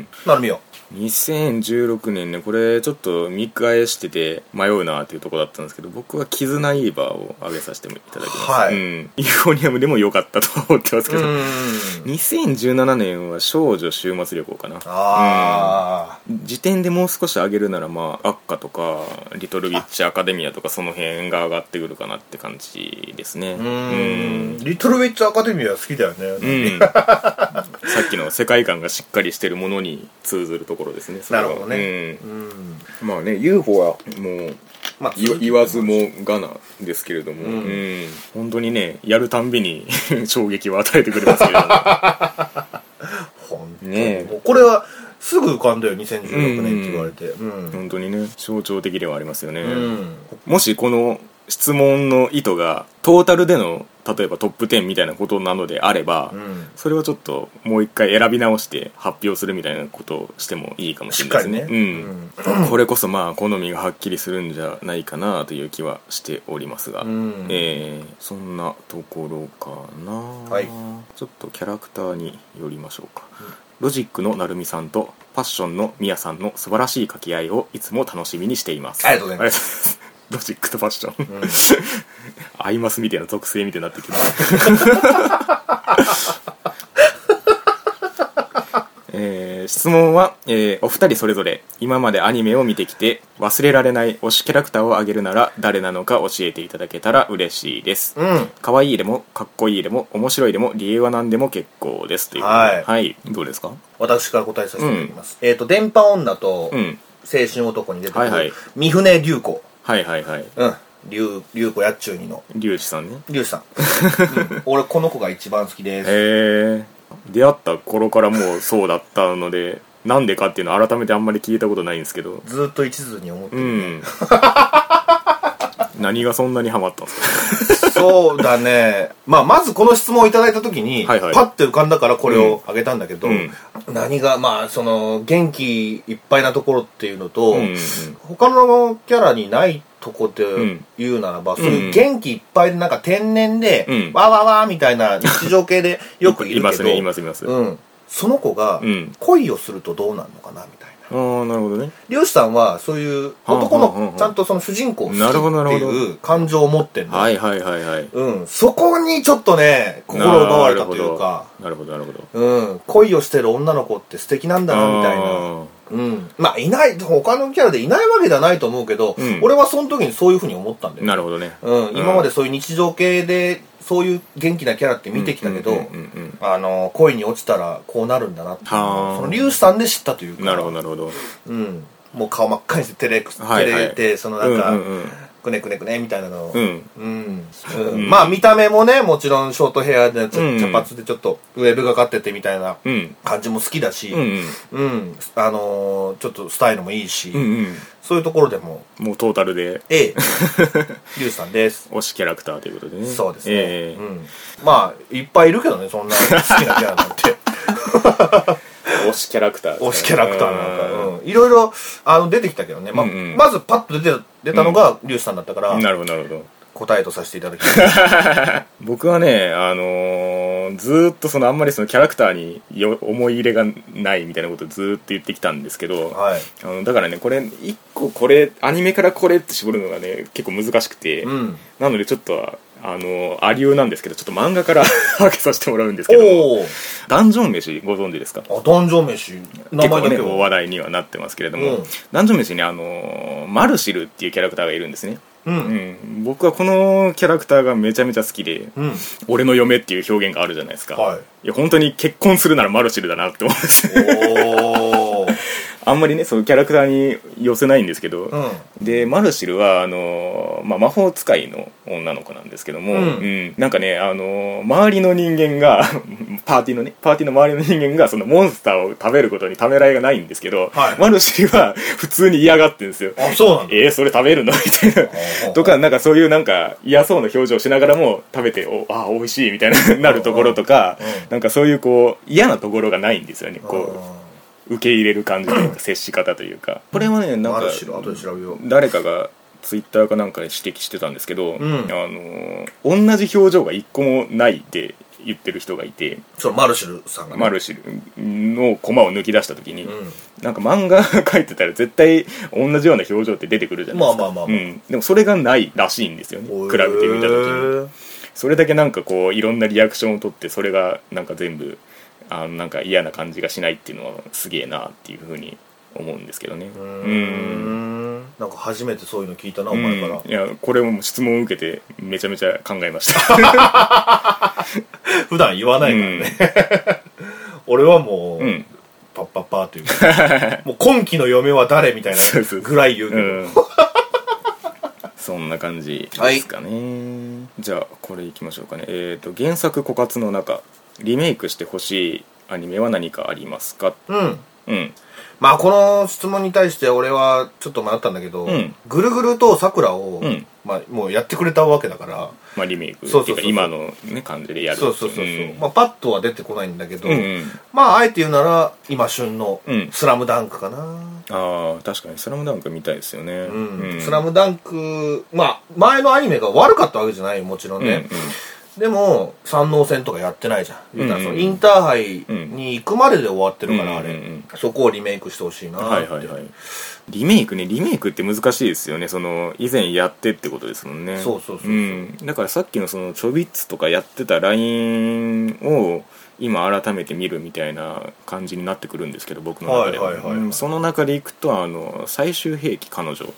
Speaker 1: ん
Speaker 2: なるみよ
Speaker 1: 2016年ねこれちょっと見返してて迷うなっていうところだったんですけど僕は「絆イーバー」を挙げさせていただきます、
Speaker 2: はい
Speaker 1: うん、ユーフォニアムでも良かったとは思ってますけ
Speaker 2: う
Speaker 1: ど、
Speaker 2: ん
Speaker 1: 2017年は「少女終末旅行」かな
Speaker 2: ああ、
Speaker 1: 時点でもう少し上げるならまあ「アッカ」とか「リトルウィッチアカデミア」とかその辺が上がってくるかなって感じですねう
Speaker 2: うん、リトルウィッチアカデミーは好きだよ
Speaker 1: う
Speaker 2: ね、
Speaker 1: ん さっきの世界観がしっかりしてるものに通ずるところですねそれは
Speaker 2: なるほどね
Speaker 1: う
Speaker 2: うんん
Speaker 1: まあね UFO はもう
Speaker 2: まあ
Speaker 1: 言わ言わずもがなですけれども、うん
Speaker 2: ん
Speaker 1: 本当にねやるたんびに 衝撃を与えてくれますけ れども
Speaker 2: 本当
Speaker 1: ねえ
Speaker 2: にもうこれはすぐ浮かんだよ2016年って言われてうん
Speaker 1: 本当にね象徴的ではありますよね、
Speaker 2: うん
Speaker 1: もしこの質問の意図がトータルでの例えばトップ10みたいなことなのであれば、
Speaker 2: うん
Speaker 1: それをちょっともう一回選び直して発表するみたいなことをしてもいいかもしれないですね
Speaker 2: しっかりね
Speaker 1: うんこれこそまあ好みがはっきりするんじゃないかなという気はしておりますが、
Speaker 2: うん
Speaker 1: えーそんなところかな、
Speaker 2: はい
Speaker 1: ちょっとキャラクターによりましょうか、ロジックのなるみさんとパッションのみやさんの素晴らしい掛け合いをいつも楽しみにしています
Speaker 2: ありがとうございます
Speaker 1: ロジックとファッション、アイマスみたいな属性みたいになってきてるえー質問は、えーお二人それぞれ今までアニメを見てきて忘れられない推しキャラクターをあげるなら誰なのか教えていただけたら嬉しいです
Speaker 2: うん
Speaker 1: 可愛いでもかっこいいでも面白いでも理由は何でも結構ですということで
Speaker 2: はい
Speaker 1: はい、どうですか
Speaker 2: 私から答えさせていただきます、えっ、と電波女と
Speaker 1: うん
Speaker 2: 青春男に出てく
Speaker 1: はいはい
Speaker 2: る三船龍子
Speaker 1: はいはいはい
Speaker 2: うん龍龍子やっちゅうにの
Speaker 1: リュウジさんね
Speaker 2: 龍 さん、うん俺この子が一番好きです
Speaker 1: へえ出会った頃からもうそうだったのでなんでかっていうのは改めてあんまり聞いたことないんですけど
Speaker 2: ずーっと一途に思って
Speaker 1: う、 ん何がそんなにハマったんですか
Speaker 2: そうだね、まあ、まずこの質問をいただいた時に、
Speaker 1: はいはい
Speaker 2: パッて浮かんだからこれをあげたんだけど、
Speaker 1: うん
Speaker 2: 何がまあその元気いっぱいなところっていうのと、
Speaker 1: うんうんうん
Speaker 2: 他のキャラにないとこで言うならば、そういう元気いっぱいでなんか天然で、
Speaker 1: うん
Speaker 2: わーわーわーみたいな日常系でよくいる
Speaker 1: い
Speaker 2: けど
Speaker 1: ますねいますいます、あ
Speaker 2: うん、その子が
Speaker 1: うん
Speaker 2: 恋をするとどうなるのかなみたいな。
Speaker 1: あなるほどね
Speaker 2: 漁師さんはそういう男
Speaker 1: はあはあは
Speaker 2: の
Speaker 1: あ
Speaker 2: ちゃんとその主人公を好き
Speaker 1: なるほど
Speaker 2: って
Speaker 1: なるほ
Speaker 2: いう感情を持ってるの
Speaker 1: はいはいはいはい
Speaker 2: うん、そこにちょっとね心を奪われたというか、
Speaker 1: なるほどなるほどなるほど
Speaker 2: うん、恋をしてる女の子って素敵なんだなみたいな、
Speaker 1: あ
Speaker 2: うん、まあいない他のキャラでいないわけではないと思うけど、
Speaker 1: うん
Speaker 2: 俺はその時にそういうふうに思ったんだ
Speaker 1: ー
Speaker 2: よ、
Speaker 1: なるほどね
Speaker 2: うん、今までそういう日常系でそういう元気なキャラって見てきたけど、
Speaker 1: うんうんうん
Speaker 2: あの恋に落ちたらこうなるんだなっていうの
Speaker 1: はあ
Speaker 2: をその龍さんで知ったという
Speaker 1: う
Speaker 2: か
Speaker 1: んなるほどなるほど
Speaker 2: うん、もう顔真っ赤にして照れく
Speaker 1: はいはい
Speaker 2: 照れてそのなんか、
Speaker 1: うんうんうん
Speaker 2: くねくねくねみたいなのを、
Speaker 1: うん
Speaker 2: うん
Speaker 1: うん
Speaker 2: まあ見た目もねもちろんショートヘアでち
Speaker 1: うんうん
Speaker 2: ょ茶髪でちょっとウェーブがかっててみたいな
Speaker 1: うん
Speaker 2: 感じも好きだし、
Speaker 1: うんうん
Speaker 2: うんあのーちょっとスタイルもいいし、
Speaker 1: うんうん
Speaker 2: そういうところでも
Speaker 1: もうトータルで
Speaker 2: A リュウさんです
Speaker 1: 推しキャラクターということでね
Speaker 2: そうですね、
Speaker 1: ええ
Speaker 2: うん、まあいっぱいいるけどねそんな好きなキャ ラなんて
Speaker 1: 推しキャラクターですね
Speaker 2: 推しキャラクターなんか、
Speaker 1: うん
Speaker 2: うんいろいろあの出てきたけどね、ま
Speaker 1: うんうん
Speaker 2: まずパッと出て出たのがリュウさんだったから、
Speaker 1: なるほどなるほど
Speaker 2: 答えとさせていただき ます
Speaker 1: 僕はねあのーずーっとそのあんまりそのキャラクターによ思い入れがないみたいなことをずーっと言ってきたんですけど、
Speaker 2: はい
Speaker 1: あのだからねこれ一個これアニメからこれって絞るのがね結構難しくて、
Speaker 2: うん
Speaker 1: なのでちょっとあのーありようなんですけどちょっと漫画から 分けさせてもらうんですけど
Speaker 2: おお
Speaker 1: ダンジョン飯ご存知ですか
Speaker 2: あ、ダンジョン飯。名
Speaker 1: 結
Speaker 2: 前
Speaker 1: 構
Speaker 2: だけ
Speaker 1: ねお
Speaker 2: は。
Speaker 1: 話題にはなってますけれども、
Speaker 2: うん
Speaker 1: ダンジョン飯にあのーマルシルっていうキャラクターがいるんですね
Speaker 2: う。
Speaker 1: うんん、僕はこのキャラクターがめちゃめちゃ好きで
Speaker 2: うん。
Speaker 1: 「俺の嫁」っていう表現があるじゃないですか、
Speaker 2: はい
Speaker 1: や本当に結婚するならマルシルだなって思うんですね
Speaker 2: おー。
Speaker 1: あんまりねそのキャラクターに寄せないんですけど、
Speaker 2: うん
Speaker 1: でマルシルはあのー、まあ、魔法使いの女の子なんですけども、
Speaker 2: うん
Speaker 1: うんなんかね、あのー周りの人間が パーティーのねパーティーの周りの人間がそのモンスターを食べることにためらいがないんですけど、
Speaker 2: はい
Speaker 1: マルシルは普通に嫌がってるんですよ
Speaker 2: あそうなんだ
Speaker 1: えー、それ食べるのみたいなとかなんかそういうなんか嫌そうな表情をしながらも食べておあー美味しいみたいななるところとか
Speaker 2: うん
Speaker 1: なんかそういうこう嫌なところがないんですよね
Speaker 2: うん
Speaker 1: こう受け入れる感じというか接し方というか これはねなん
Speaker 2: マ
Speaker 1: か
Speaker 2: ルシル後で調べよう
Speaker 1: 誰かがツイッターかなんかで指摘してたんですけど、
Speaker 2: ん
Speaker 1: あのー同じ表情が一個もないって言ってる人がいて
Speaker 2: そのマルシルさんがね
Speaker 1: マルシルのコマを抜き出した時に、
Speaker 2: うん
Speaker 1: なんか漫画描いてたら絶対同じような表情って出てくるじゃないですか、
Speaker 2: まあまあま
Speaker 1: う
Speaker 2: あまあ
Speaker 1: ん、でもそれがないらしいんですよね比べてみた時に
Speaker 2: へー
Speaker 1: それだけなんかこういろんなリアクションを取ってそれがなんか全部あのなんか嫌な感じがしないっていうのはすげえなっていうふうに思うんですけどね
Speaker 2: う
Speaker 1: うん
Speaker 2: んなんか初めてそういうの聞いたなお前から、
Speaker 1: うんいやこれも質問を受けてめちゃめちゃ考えました
Speaker 2: 普段言わないからね、俺はもう、
Speaker 1: うん
Speaker 2: パッパッパーというか もう今期の嫁は誰みたいな
Speaker 1: そうそう
Speaker 2: ぐらい言うけ
Speaker 1: う
Speaker 2: ど、
Speaker 1: んそんな感じですかね、じゃあこれいきましょうかねえっ、と原作枯渇の中リメイクしてほしいアニメは何かありますか
Speaker 2: うん
Speaker 1: うん
Speaker 2: まあこの質問に対して俺はちょっと迷ったんだけど、
Speaker 1: うん
Speaker 2: ぐるぐるとさくらを、
Speaker 1: うん
Speaker 2: まあ、もうやってくれたわけだから
Speaker 1: まあリメイクって
Speaker 2: そう
Speaker 1: い
Speaker 2: そううそう
Speaker 1: か
Speaker 2: そう
Speaker 1: 今のね感じでやるってい
Speaker 2: そうそうそうそう、
Speaker 1: ん
Speaker 2: まあ、パッとは出てこないんだけど、
Speaker 1: うんうん
Speaker 2: まああえて言うなら今旬の
Speaker 1: うん
Speaker 2: 「スラムダンクかな、
Speaker 1: ああ確かに「スラムダンク見たいですよね
Speaker 2: うん
Speaker 1: うん
Speaker 2: スラムダンク」まあ前のアニメが悪かったわけじゃないよもちろんね、
Speaker 1: うんうん
Speaker 2: でも三能戦とかやってないじゃん言うたらその
Speaker 1: うん
Speaker 2: インターハイに行くまでで終わってるから、
Speaker 1: うん
Speaker 2: あれ、
Speaker 1: うんうん
Speaker 2: そこをリメイクしてほしいなって、
Speaker 1: はいはいはいリメイクねリメイクって難しいですよねその以前やってってことですもんね、
Speaker 2: そうそうそうそうん
Speaker 1: だからさっきのそのちょびっつとかやってたラインを今改めて見るみたいな感じになってくるんですけど僕の中で
Speaker 2: はいはいはいはい
Speaker 1: うんその中でいくとあの最終兵器彼女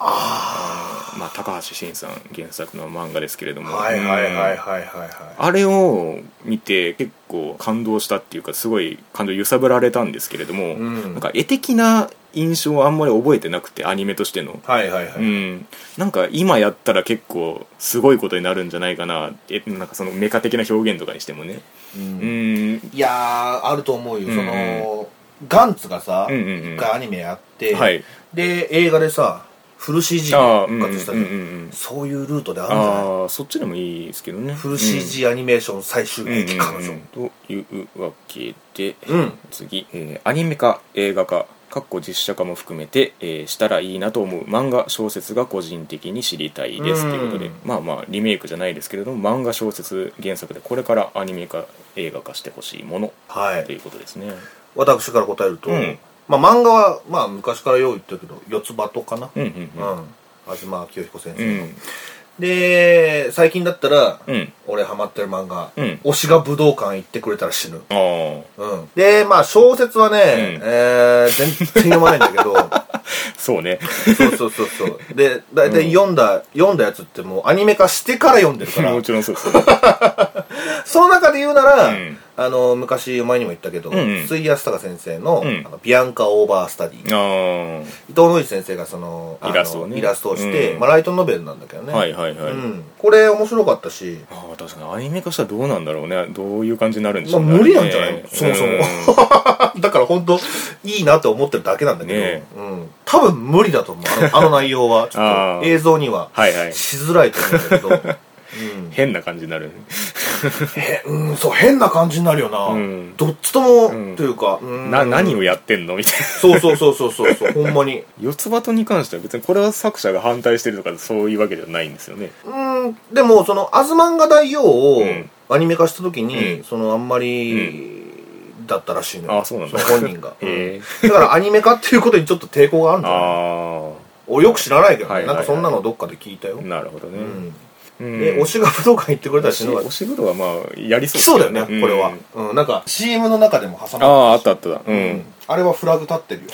Speaker 1: あのまあ、高橋真さん原作の漫画ですけれども
Speaker 2: はいはい
Speaker 1: う
Speaker 2: はいはい
Speaker 1: ん
Speaker 2: はいは
Speaker 1: あれを見て結構感動したっていうかすごい感動揺さぶられたんですけれども、
Speaker 2: いうん
Speaker 1: なんか絵的な印象をあんまり覚えてなくてアニメとしての、
Speaker 2: はいはいはい、
Speaker 1: うんなんか今やったら結構すごいことになるんじゃないかなえなんかそのメカ的な表現とかにしてもね
Speaker 2: うん
Speaker 1: うん
Speaker 2: いやーあると思うよ、
Speaker 1: うんう
Speaker 2: そ
Speaker 1: ん
Speaker 2: のガンツがさ、
Speaker 1: うんうんうん
Speaker 2: 一回アニメやって、
Speaker 1: はい
Speaker 2: で映画でさフル CG で
Speaker 1: ああうんうん
Speaker 2: 復
Speaker 1: うん
Speaker 2: 活した
Speaker 1: う
Speaker 2: じゃん、
Speaker 1: ん
Speaker 2: そういうルートであるんじゃない
Speaker 1: ああそっちでもいいですけどね
Speaker 2: フル CG アニメーション最終
Speaker 1: うんうん
Speaker 2: 劇彼女、
Speaker 1: うんというわけで、
Speaker 2: うん
Speaker 1: 次、えーアニメ化映画化かっこ実写化も含めて、えーしたらいいなと思う漫画小説が個人的に知りたいです
Speaker 2: うん
Speaker 1: ということでまあまあリメイクじゃないですけれども漫画小説原作でこれからアニメ化映画化してほしいもの
Speaker 2: は
Speaker 1: とい
Speaker 2: いう
Speaker 1: ことですね
Speaker 2: 私から答えると、
Speaker 1: うん
Speaker 2: まあ、漫画は、まあ、昔からよう言ってるけど四つ葉とかな、
Speaker 1: う
Speaker 2: うんん
Speaker 1: うん
Speaker 2: 東清彦先
Speaker 1: う
Speaker 2: 生、
Speaker 1: ん
Speaker 2: で最近だったら、
Speaker 1: うん
Speaker 2: 俺ハマってる漫画、
Speaker 1: うん
Speaker 2: 推しが武道館行ってくれたら死ぬ
Speaker 1: ああ
Speaker 2: うん、でまあ小説はね、
Speaker 1: うん
Speaker 2: えー全然読まないん だけど
Speaker 1: そうね
Speaker 2: そうそうそうそうで大体読んだ、読んだやつってもうアニメ化してから読んでるから
Speaker 1: もちろんそうですよね
Speaker 2: その中で言うなら、
Speaker 1: うん
Speaker 2: あの昔前にも言ったけど、
Speaker 1: うんうん
Speaker 2: 筒井康隆先生の,、
Speaker 1: うん
Speaker 2: あのビアンカ・オーバースタディ、伊
Speaker 1: あ
Speaker 2: 藤野一先生がそのあの
Speaker 1: イラストをね
Speaker 2: イラストをして、
Speaker 1: うん
Speaker 2: まあ、ライトノベルなんだけど
Speaker 1: あ
Speaker 2: ね、
Speaker 1: はいはいはい、
Speaker 2: うん、これ面白かっ たし
Speaker 1: ああ確かにアニメ化したらどうなんだろうねどういう感じになるんでし
Speaker 2: ま
Speaker 1: ょ
Speaker 2: あ、
Speaker 1: うね、
Speaker 2: 無理なんじゃないの、
Speaker 1: ね
Speaker 2: そもそも
Speaker 1: うん
Speaker 2: だから本当いいなって思ってるだけなんだけど、
Speaker 1: ね
Speaker 2: うん、多分無理だと思うあのあの内容はちょ
Speaker 1: あー
Speaker 2: っと映像には
Speaker 1: はいはい
Speaker 2: しづらいと思うんだけど、 う ん
Speaker 1: 変な感じになる
Speaker 2: へうん、そう変な感じになるよな、
Speaker 1: うん
Speaker 2: どっちとも、
Speaker 1: うん
Speaker 2: というか、うん
Speaker 1: な何をやってんのみたいな
Speaker 2: そうそうそうそうそうそうほんまに
Speaker 1: 四つ葉とに関しては別にこれは作者が反対してるとかそういうわけじゃないんですよね
Speaker 2: うんでもその「アズマンガ大王」を
Speaker 1: うん
Speaker 2: アニメ化した時に、
Speaker 1: うん
Speaker 2: そのあんまり、だったらしいのよ
Speaker 1: あそうなんだ、
Speaker 2: その本人が
Speaker 1: へえ
Speaker 2: うんだからアニメ化っていうことにちょっと抵抗があるん
Speaker 1: あ
Speaker 2: だよ
Speaker 1: あ
Speaker 2: 俺よく知らないけどね、
Speaker 1: はいはいはい
Speaker 2: なんかそんなのどっかで聞いたよ、
Speaker 1: なるほどね、
Speaker 2: うん
Speaker 1: うん
Speaker 2: で推しが武道館行ってくれた
Speaker 1: お
Speaker 2: ら死
Speaker 1: し
Speaker 2: ぬわ
Speaker 1: お仕事はまあやりそう
Speaker 2: 来そうだよね、これは
Speaker 1: うん、
Speaker 2: うん、なんか CM の中でも挟まれてるし
Speaker 1: あああったあったうん、
Speaker 2: うんあれはフラグ立ってるよ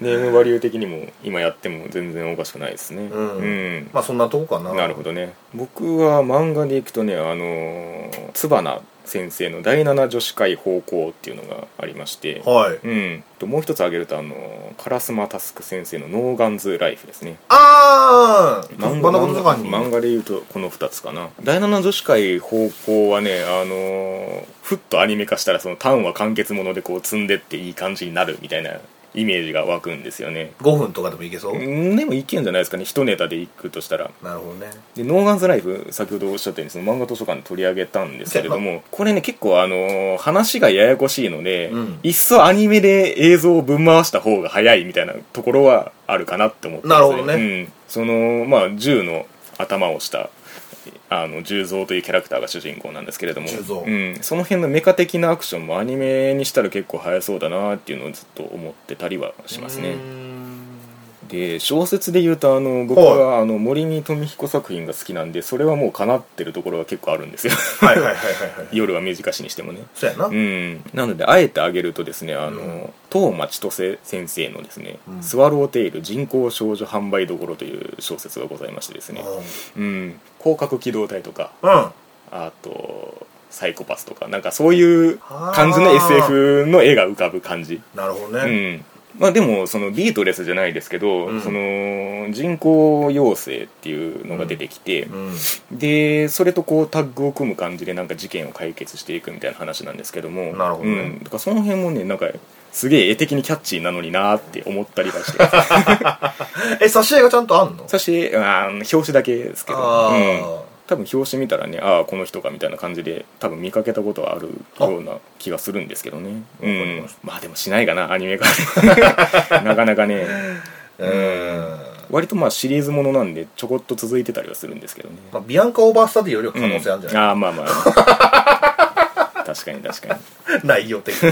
Speaker 1: ネームバリュー的にも今やっても全然おかしくないですね
Speaker 2: うん
Speaker 1: うん
Speaker 2: まあそんなとこかな
Speaker 1: なるほどね僕は漫画でいくとねあのー椿先生の「第七女子会奉公」っていうのがありまして、
Speaker 2: はい
Speaker 1: うん、ともう一つ挙げるとあの烏丸タスク先生の「ノーガンズ・ライフ」ですね
Speaker 2: ああ漫画のことかに
Speaker 1: 漫画でいうとこの2つかな第7女子会方向はねあのーふっとアニメ化したらそのターンは完結ものでこう積んでっていい感じになるみたいなイメージが湧くんですよね
Speaker 2: 5分とかでもいけそう、
Speaker 1: うんでもいけんじゃないですかね一ネタでいくとしたら
Speaker 2: なるほどね
Speaker 1: で「ノーガンズ・ライフ」先ほどおっしゃったようにその漫画図書館で取り上げたんですけれどもこれね結構あのー話がややこしいので、
Speaker 2: うん
Speaker 1: いっそアニメで映像をぶん回した方が早いみたいなところはあるかなって思ってます
Speaker 2: なるほどね
Speaker 1: うん、そのまあ銃の頭をしたあの銃蔵というキャラクターが主人公なんですけれども
Speaker 2: 銃蔵
Speaker 1: うん、その辺のメカ的なアクションもアニメにしたら結構早そうだなっていうのをずっと思ってたりはしますね
Speaker 2: うーん
Speaker 1: で小説で言うとあの僕はあの森見富彦作品が好きなんでそれはもうかなってるところは結構あるんですよ
Speaker 2: はいはいはいはいはい
Speaker 1: 夜は短しにしてもね
Speaker 2: そうやな、
Speaker 1: うんなのであえてあげるとですねあの、
Speaker 2: うん
Speaker 1: 東間千歳先生のですね「
Speaker 2: うん
Speaker 1: スワローテイル人工少女販売どころ」という小説がございましてですねうん広角機動隊とか
Speaker 2: うん
Speaker 1: あとサイコパスとかなんかそういう感じ
Speaker 2: あ
Speaker 1: の
Speaker 2: ー
Speaker 1: SF の絵が浮かぶ感じ
Speaker 2: なるほど
Speaker 1: う
Speaker 2: ね、
Speaker 1: んまあ、でもそのビートレスじゃないですけど、
Speaker 2: うん
Speaker 1: その人工妖精っていうのが出てきて、
Speaker 2: うん
Speaker 1: でそれとこうタッグを組む感じでなんか事件を解決していくみたいな話なんですけども
Speaker 2: なるほどね
Speaker 1: うん、だからその辺もねなんかすげえ絵的にキャッチーなのになーって思ったりはしてます
Speaker 2: え挿絵がちゃんとあんの
Speaker 1: そしてあー表紙だけですけど、
Speaker 2: あ
Speaker 1: うん
Speaker 2: ー
Speaker 1: 多分表紙見たらねああこの人かみたいな感じで多分見かけたことはあるような気がするんですけどねう
Speaker 2: わかり
Speaker 1: ん
Speaker 2: まし
Speaker 1: まあでもしないかなアニメが なかなかね
Speaker 2: うん
Speaker 1: 割とまあシリーズものなんでちょこっと続いてたりはするんですけどね
Speaker 2: まあ、ビアンカ・オーバースタディよりは可能性あるんじゃない、
Speaker 1: ああーまあまあ 確かに確か
Speaker 2: 内容的に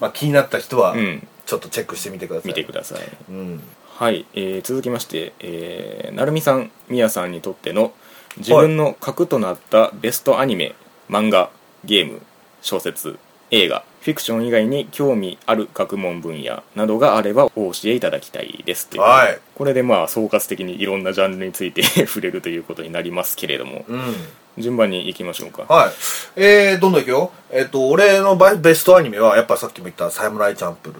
Speaker 2: まあ気になった人は
Speaker 1: にうん
Speaker 2: ちょっとチェックしてみてください
Speaker 1: 見てください
Speaker 2: うん
Speaker 1: はい、えー続きまして、えー、なるみさんみやさんにとっての自分の核となったベストアニメ漫画ゲーム小説映画フィクション以外に興味ある学問分野などがあればお教えいただきたいですという
Speaker 2: はい
Speaker 1: これでまあ総括的にいろんなジャンルについて 触れるということになりますけれども
Speaker 2: うん
Speaker 1: 順番にいきましょうか
Speaker 2: はいえー、どんどんいくよえっ、と俺のバイベストアニメはやっぱさっきも言った「サムライチャンプ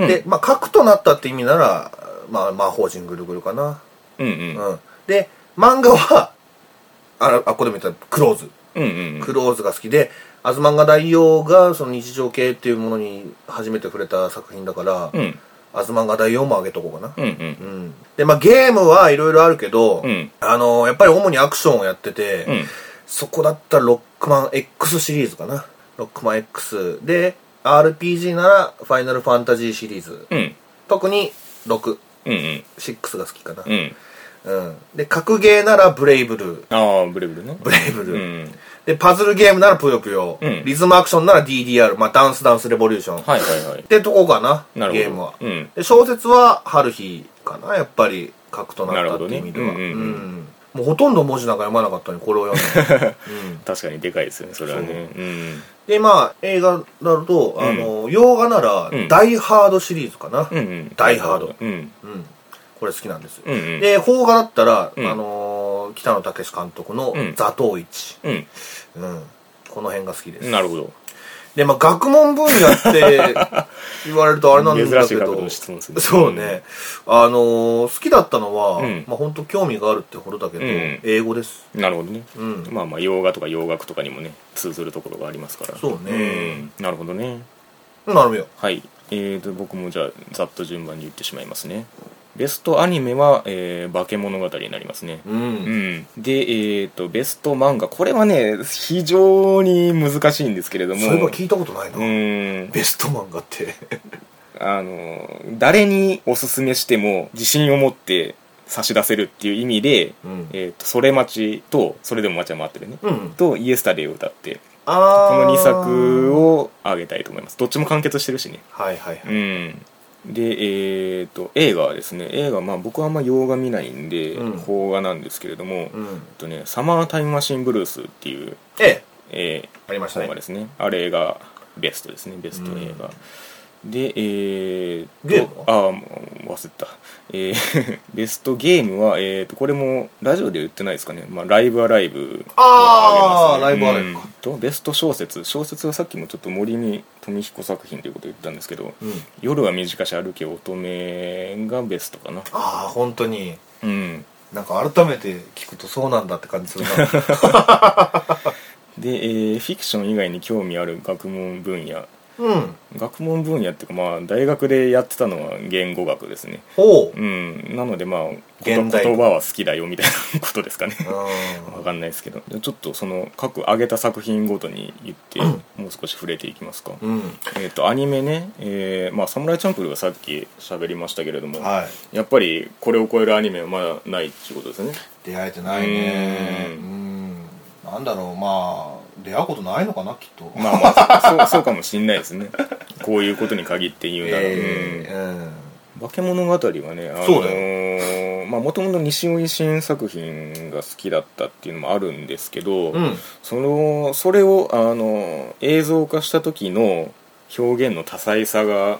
Speaker 2: ルー」でまあ核となったって意味ならまあ魔法陣ぐるぐるかな
Speaker 1: うんうん
Speaker 2: うんで漫画はあらあこれも言ったクローズ
Speaker 1: うんうん
Speaker 2: クローズが好きで、アズマンガ大王がその日常系っていうものに初めて触れた作品だから、
Speaker 1: うんうん
Speaker 2: アズマンガ大王も上げとこうかな。
Speaker 1: うんうん
Speaker 2: うんで、まあゲームはいろいろあるけど、
Speaker 1: うん
Speaker 2: あのやっぱり主にアクションをやってて、
Speaker 1: うん
Speaker 2: そこだったらロックマン X シリーズかな。ロックマン X。で、RPG ならファイナルファンタジーシリーズ。
Speaker 1: うん
Speaker 2: 特に6、
Speaker 1: うんうん
Speaker 2: 6が好きかな
Speaker 1: う。ん
Speaker 2: うん。で、格ゲーならブレイブルー。
Speaker 1: ああブレブルね
Speaker 2: ブレイブル
Speaker 1: う
Speaker 2: ー。
Speaker 1: ん
Speaker 2: で、パズルゲームならぷよぷよ、
Speaker 1: うん
Speaker 2: リズムアクションなら DDR、まあ、ダンスダンスレボリューション。っ
Speaker 1: はいはいはい
Speaker 2: てとこかな、
Speaker 1: なるほど
Speaker 2: ゲームは、
Speaker 1: うん
Speaker 2: で。小説は春日かな、やっぱり、格とな
Speaker 1: なる
Speaker 2: っ
Speaker 1: ほ
Speaker 2: た
Speaker 1: ど
Speaker 2: って
Speaker 1: ね
Speaker 2: 意味では。
Speaker 1: うん
Speaker 2: う
Speaker 1: うんうん
Speaker 2: んもうほとんど文字なんか読まなかったのに、これを読ん で。うん
Speaker 1: 確かにでかいですよねそれはねうん
Speaker 2: で、まあ、映画になると、あの、洋画なら、
Speaker 1: うん
Speaker 2: ダイハードシリーズかな。
Speaker 1: うんうん
Speaker 2: ダイハード
Speaker 1: うん
Speaker 2: うんこれ好きなんですよ。
Speaker 1: うんうん
Speaker 2: で、邦画だったら、
Speaker 1: うん
Speaker 2: あのー北野武監督の
Speaker 1: うん
Speaker 2: 座頭市。
Speaker 1: うん
Speaker 2: うん。この辺が好きです。
Speaker 1: なるほど
Speaker 2: で、まあ、学問分野って 言われるとあれなんだ
Speaker 1: 珍し
Speaker 2: け
Speaker 1: い角度
Speaker 2: ど、
Speaker 1: の質問ですね
Speaker 2: そうね、あのー好きだったのは、
Speaker 1: うん
Speaker 2: まあ、本当興味があるってほどだけど、
Speaker 1: うん
Speaker 2: 英語です。
Speaker 1: なるほどね
Speaker 2: うん。
Speaker 1: まあまあ洋画とか洋楽とかにもね通ずるところがありますから
Speaker 2: そうね
Speaker 1: うんなるほどね
Speaker 2: なるほど。
Speaker 1: はいえーと僕もじゃあざっと順番に言ってしまいますねベストアニメは「えー化け物語」になりますね
Speaker 2: う。
Speaker 1: うんん、で、えー、とベスト漫画これはね非常に難しいんですけれども
Speaker 2: そういえば聞いたことないな。
Speaker 1: うん
Speaker 2: ベストマン がって。
Speaker 1: あの誰におすすめしても自信を持って差し出せるっていう意味で「
Speaker 2: うん。
Speaker 1: えー、とそれ待ち」と「それでも待ちは回ってるね」
Speaker 2: うん。
Speaker 1: と「イエスタデイ」を歌って
Speaker 2: あ
Speaker 1: こ
Speaker 2: ー
Speaker 1: の2作。をあげたいと思いますどっちも完結してるしね
Speaker 2: はいはいは
Speaker 1: う
Speaker 2: い。
Speaker 1: んでえー、と映画はですね映画まあ僕はあんま洋画見ないんで
Speaker 2: うん
Speaker 1: 邦画なんですけれども、
Speaker 2: うん。
Speaker 1: えっとね「サマータイムマシンブルース」っていう、
Speaker 2: ええ、
Speaker 1: えー
Speaker 2: ありました
Speaker 1: 本
Speaker 2: ね
Speaker 1: が。ですねあれがベストですねベスト映画、で、えーっと、
Speaker 2: ゲーム
Speaker 1: ああ、もう忘れた。えー ベストゲームは、えーっと、これも、ラジオで言ってないですかね。まあ、ライブアライブ
Speaker 2: あー
Speaker 1: を挙げますね
Speaker 2: ライブアライブか
Speaker 1: うんと、ベスト小説。小説はさっきもちょっと森見富彦作品ということを言ったんですけど、
Speaker 2: うん
Speaker 1: 夜は短し歩け乙女がベストかな。
Speaker 2: ああ本当に
Speaker 1: うん。
Speaker 2: なんか改めて聞くとそうなんだって感じするな
Speaker 1: で、えーフィクション以外に興味ある学問分野。
Speaker 2: うん
Speaker 1: 学問分野っていうか、まあ、大学でやってたのは言語学ですね。
Speaker 2: ほう、
Speaker 1: うん、なのでまあ言
Speaker 2: 現代
Speaker 1: 言葉は好きだよみたいなことですかね
Speaker 2: うん
Speaker 1: わかんないですけどちょっとその各上げた作品ごとに言ってもう少し触れていきますか、
Speaker 2: うん
Speaker 1: えっ、とアニメね「えーまあ、サムライチャンプル」がさっき喋りましたけれども、
Speaker 2: はい
Speaker 1: やっぱりこれを超えるアニメはまだないっていうことですね
Speaker 2: 出会えてないね
Speaker 1: う
Speaker 2: うんんなんだろうまあ出会うことないのかなきっと、
Speaker 1: まあまあそうそうそうかもしんないですねこういうことに限って言うなら、
Speaker 2: え
Speaker 1: うん
Speaker 2: えうん
Speaker 1: 化け物語はねあのー
Speaker 2: そう
Speaker 1: まあもともと西尾維新作品が好きだったっていうのもあるんですけど、
Speaker 2: うん
Speaker 1: そのそれをあの映像化した時の表現の多彩さが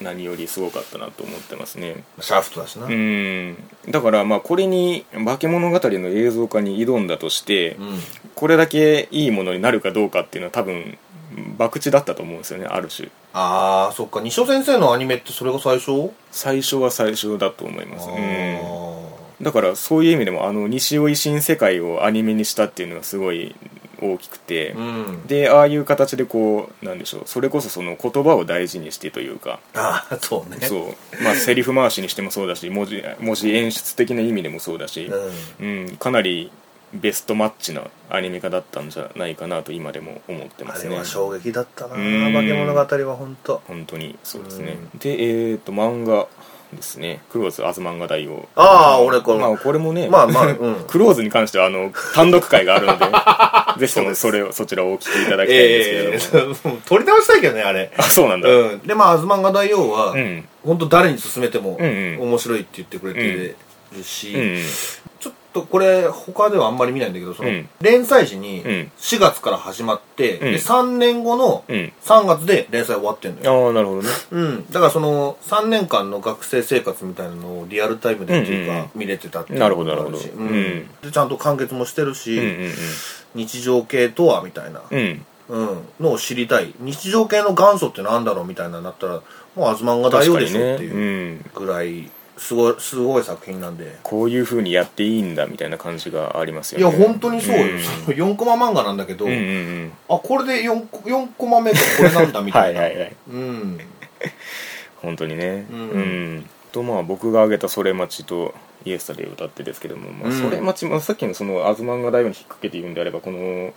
Speaker 1: 何よりすごかったなと思ってますね
Speaker 2: シャフトだしな
Speaker 1: う、んだからまあこれに「化け物語」の映像化に挑んだとして
Speaker 2: うん
Speaker 1: これだけいいものになるかどうかっていうのは多分博打だったと思うんですよねある種
Speaker 2: ああそっか西尾先生のアニメってそれが最初
Speaker 1: 最初は最初だと思います
Speaker 2: あ
Speaker 1: うん
Speaker 2: ー
Speaker 1: だからそういう意味でもあの西尾維新世界をアニメにしたっていうのはすごい大きくて、
Speaker 2: うん
Speaker 1: でああいう形でこうなんでしょうそれこそその言葉を大事にしてというか
Speaker 2: ああそうねう、
Speaker 1: そうまあセリフ回しにしてもそうだし文字文字演出的な意味でもそうだし、
Speaker 2: ん、
Speaker 1: うん、かなりベストマッチなアニメ化だったんじゃないかなと今でも思ってま
Speaker 2: あ
Speaker 1: す
Speaker 2: れ
Speaker 1: ね
Speaker 2: は衝撃だったな
Speaker 1: うん
Speaker 2: 化け物語は本当
Speaker 1: 本当にそうですね、でえっ、と漫画ですね「クローズあず漫画大王」
Speaker 2: ああ俺こ
Speaker 1: まあ
Speaker 2: の
Speaker 1: これもね
Speaker 2: まあま あうん
Speaker 1: クローズに関してはあの単独会があるのでぜ ひともそれをそちらをお聞きいただきたいん
Speaker 2: ええ
Speaker 1: ですけれども、
Speaker 2: 取り直したいけどねあれ
Speaker 1: あそうなんだ、
Speaker 2: うんでまあ「アズマンガ大王は」
Speaker 1: うん
Speaker 2: 本当誰に勧めても
Speaker 1: うんうん
Speaker 2: 面白いって言ってくれてるし、
Speaker 1: うん
Speaker 2: ちょっとこれ他ではあんまり見ないんだけどその
Speaker 1: うん
Speaker 2: 連載時に
Speaker 1: うん
Speaker 2: 4月から始まって、
Speaker 1: うん
Speaker 2: で3年後の
Speaker 1: うん
Speaker 2: 3月で連載終わってんだよ、
Speaker 1: ああなるほどね
Speaker 2: うん、だからその3年間の学生生活みたいなのをリアルタイムでって
Speaker 1: う
Speaker 2: いう
Speaker 1: んうんう
Speaker 2: か
Speaker 1: ん
Speaker 2: 見れてたっていう
Speaker 1: なるほど
Speaker 2: のもあし
Speaker 1: なる
Speaker 2: う
Speaker 1: ほど
Speaker 2: ん
Speaker 1: うん
Speaker 2: でちゃんと完結もしてるし、
Speaker 1: うんうん
Speaker 2: 日常系とはみたいな、
Speaker 1: うんうん
Speaker 2: うん、のを知りたい日常系の元祖ってなんだろうみたいなのになったらもう「アズマンが大王でしょ」っていう
Speaker 1: うん、
Speaker 2: ぐらいすごいすごい作品なんで、
Speaker 1: こういうふうにやっていいんだみたいな感じがあります
Speaker 2: い
Speaker 1: よ
Speaker 2: や
Speaker 1: ね
Speaker 2: 本当にそうよ、
Speaker 1: ん
Speaker 2: そ の4コマ漫画なんだけど、
Speaker 1: うんうんうん
Speaker 2: あこれで 4, コ4コマ目がこれなんだみた
Speaker 1: はいい
Speaker 2: な
Speaker 1: はいはい
Speaker 2: うん
Speaker 1: 本当にねう、
Speaker 2: うんん
Speaker 1: とまあ僕が挙げた「それ待ち」と「イエスタで歌って」ですけども、まあ、
Speaker 2: うん
Speaker 1: それ待ち、まあ、さっきのその「アズマンが大王」に引っ掛けて言うんであればこの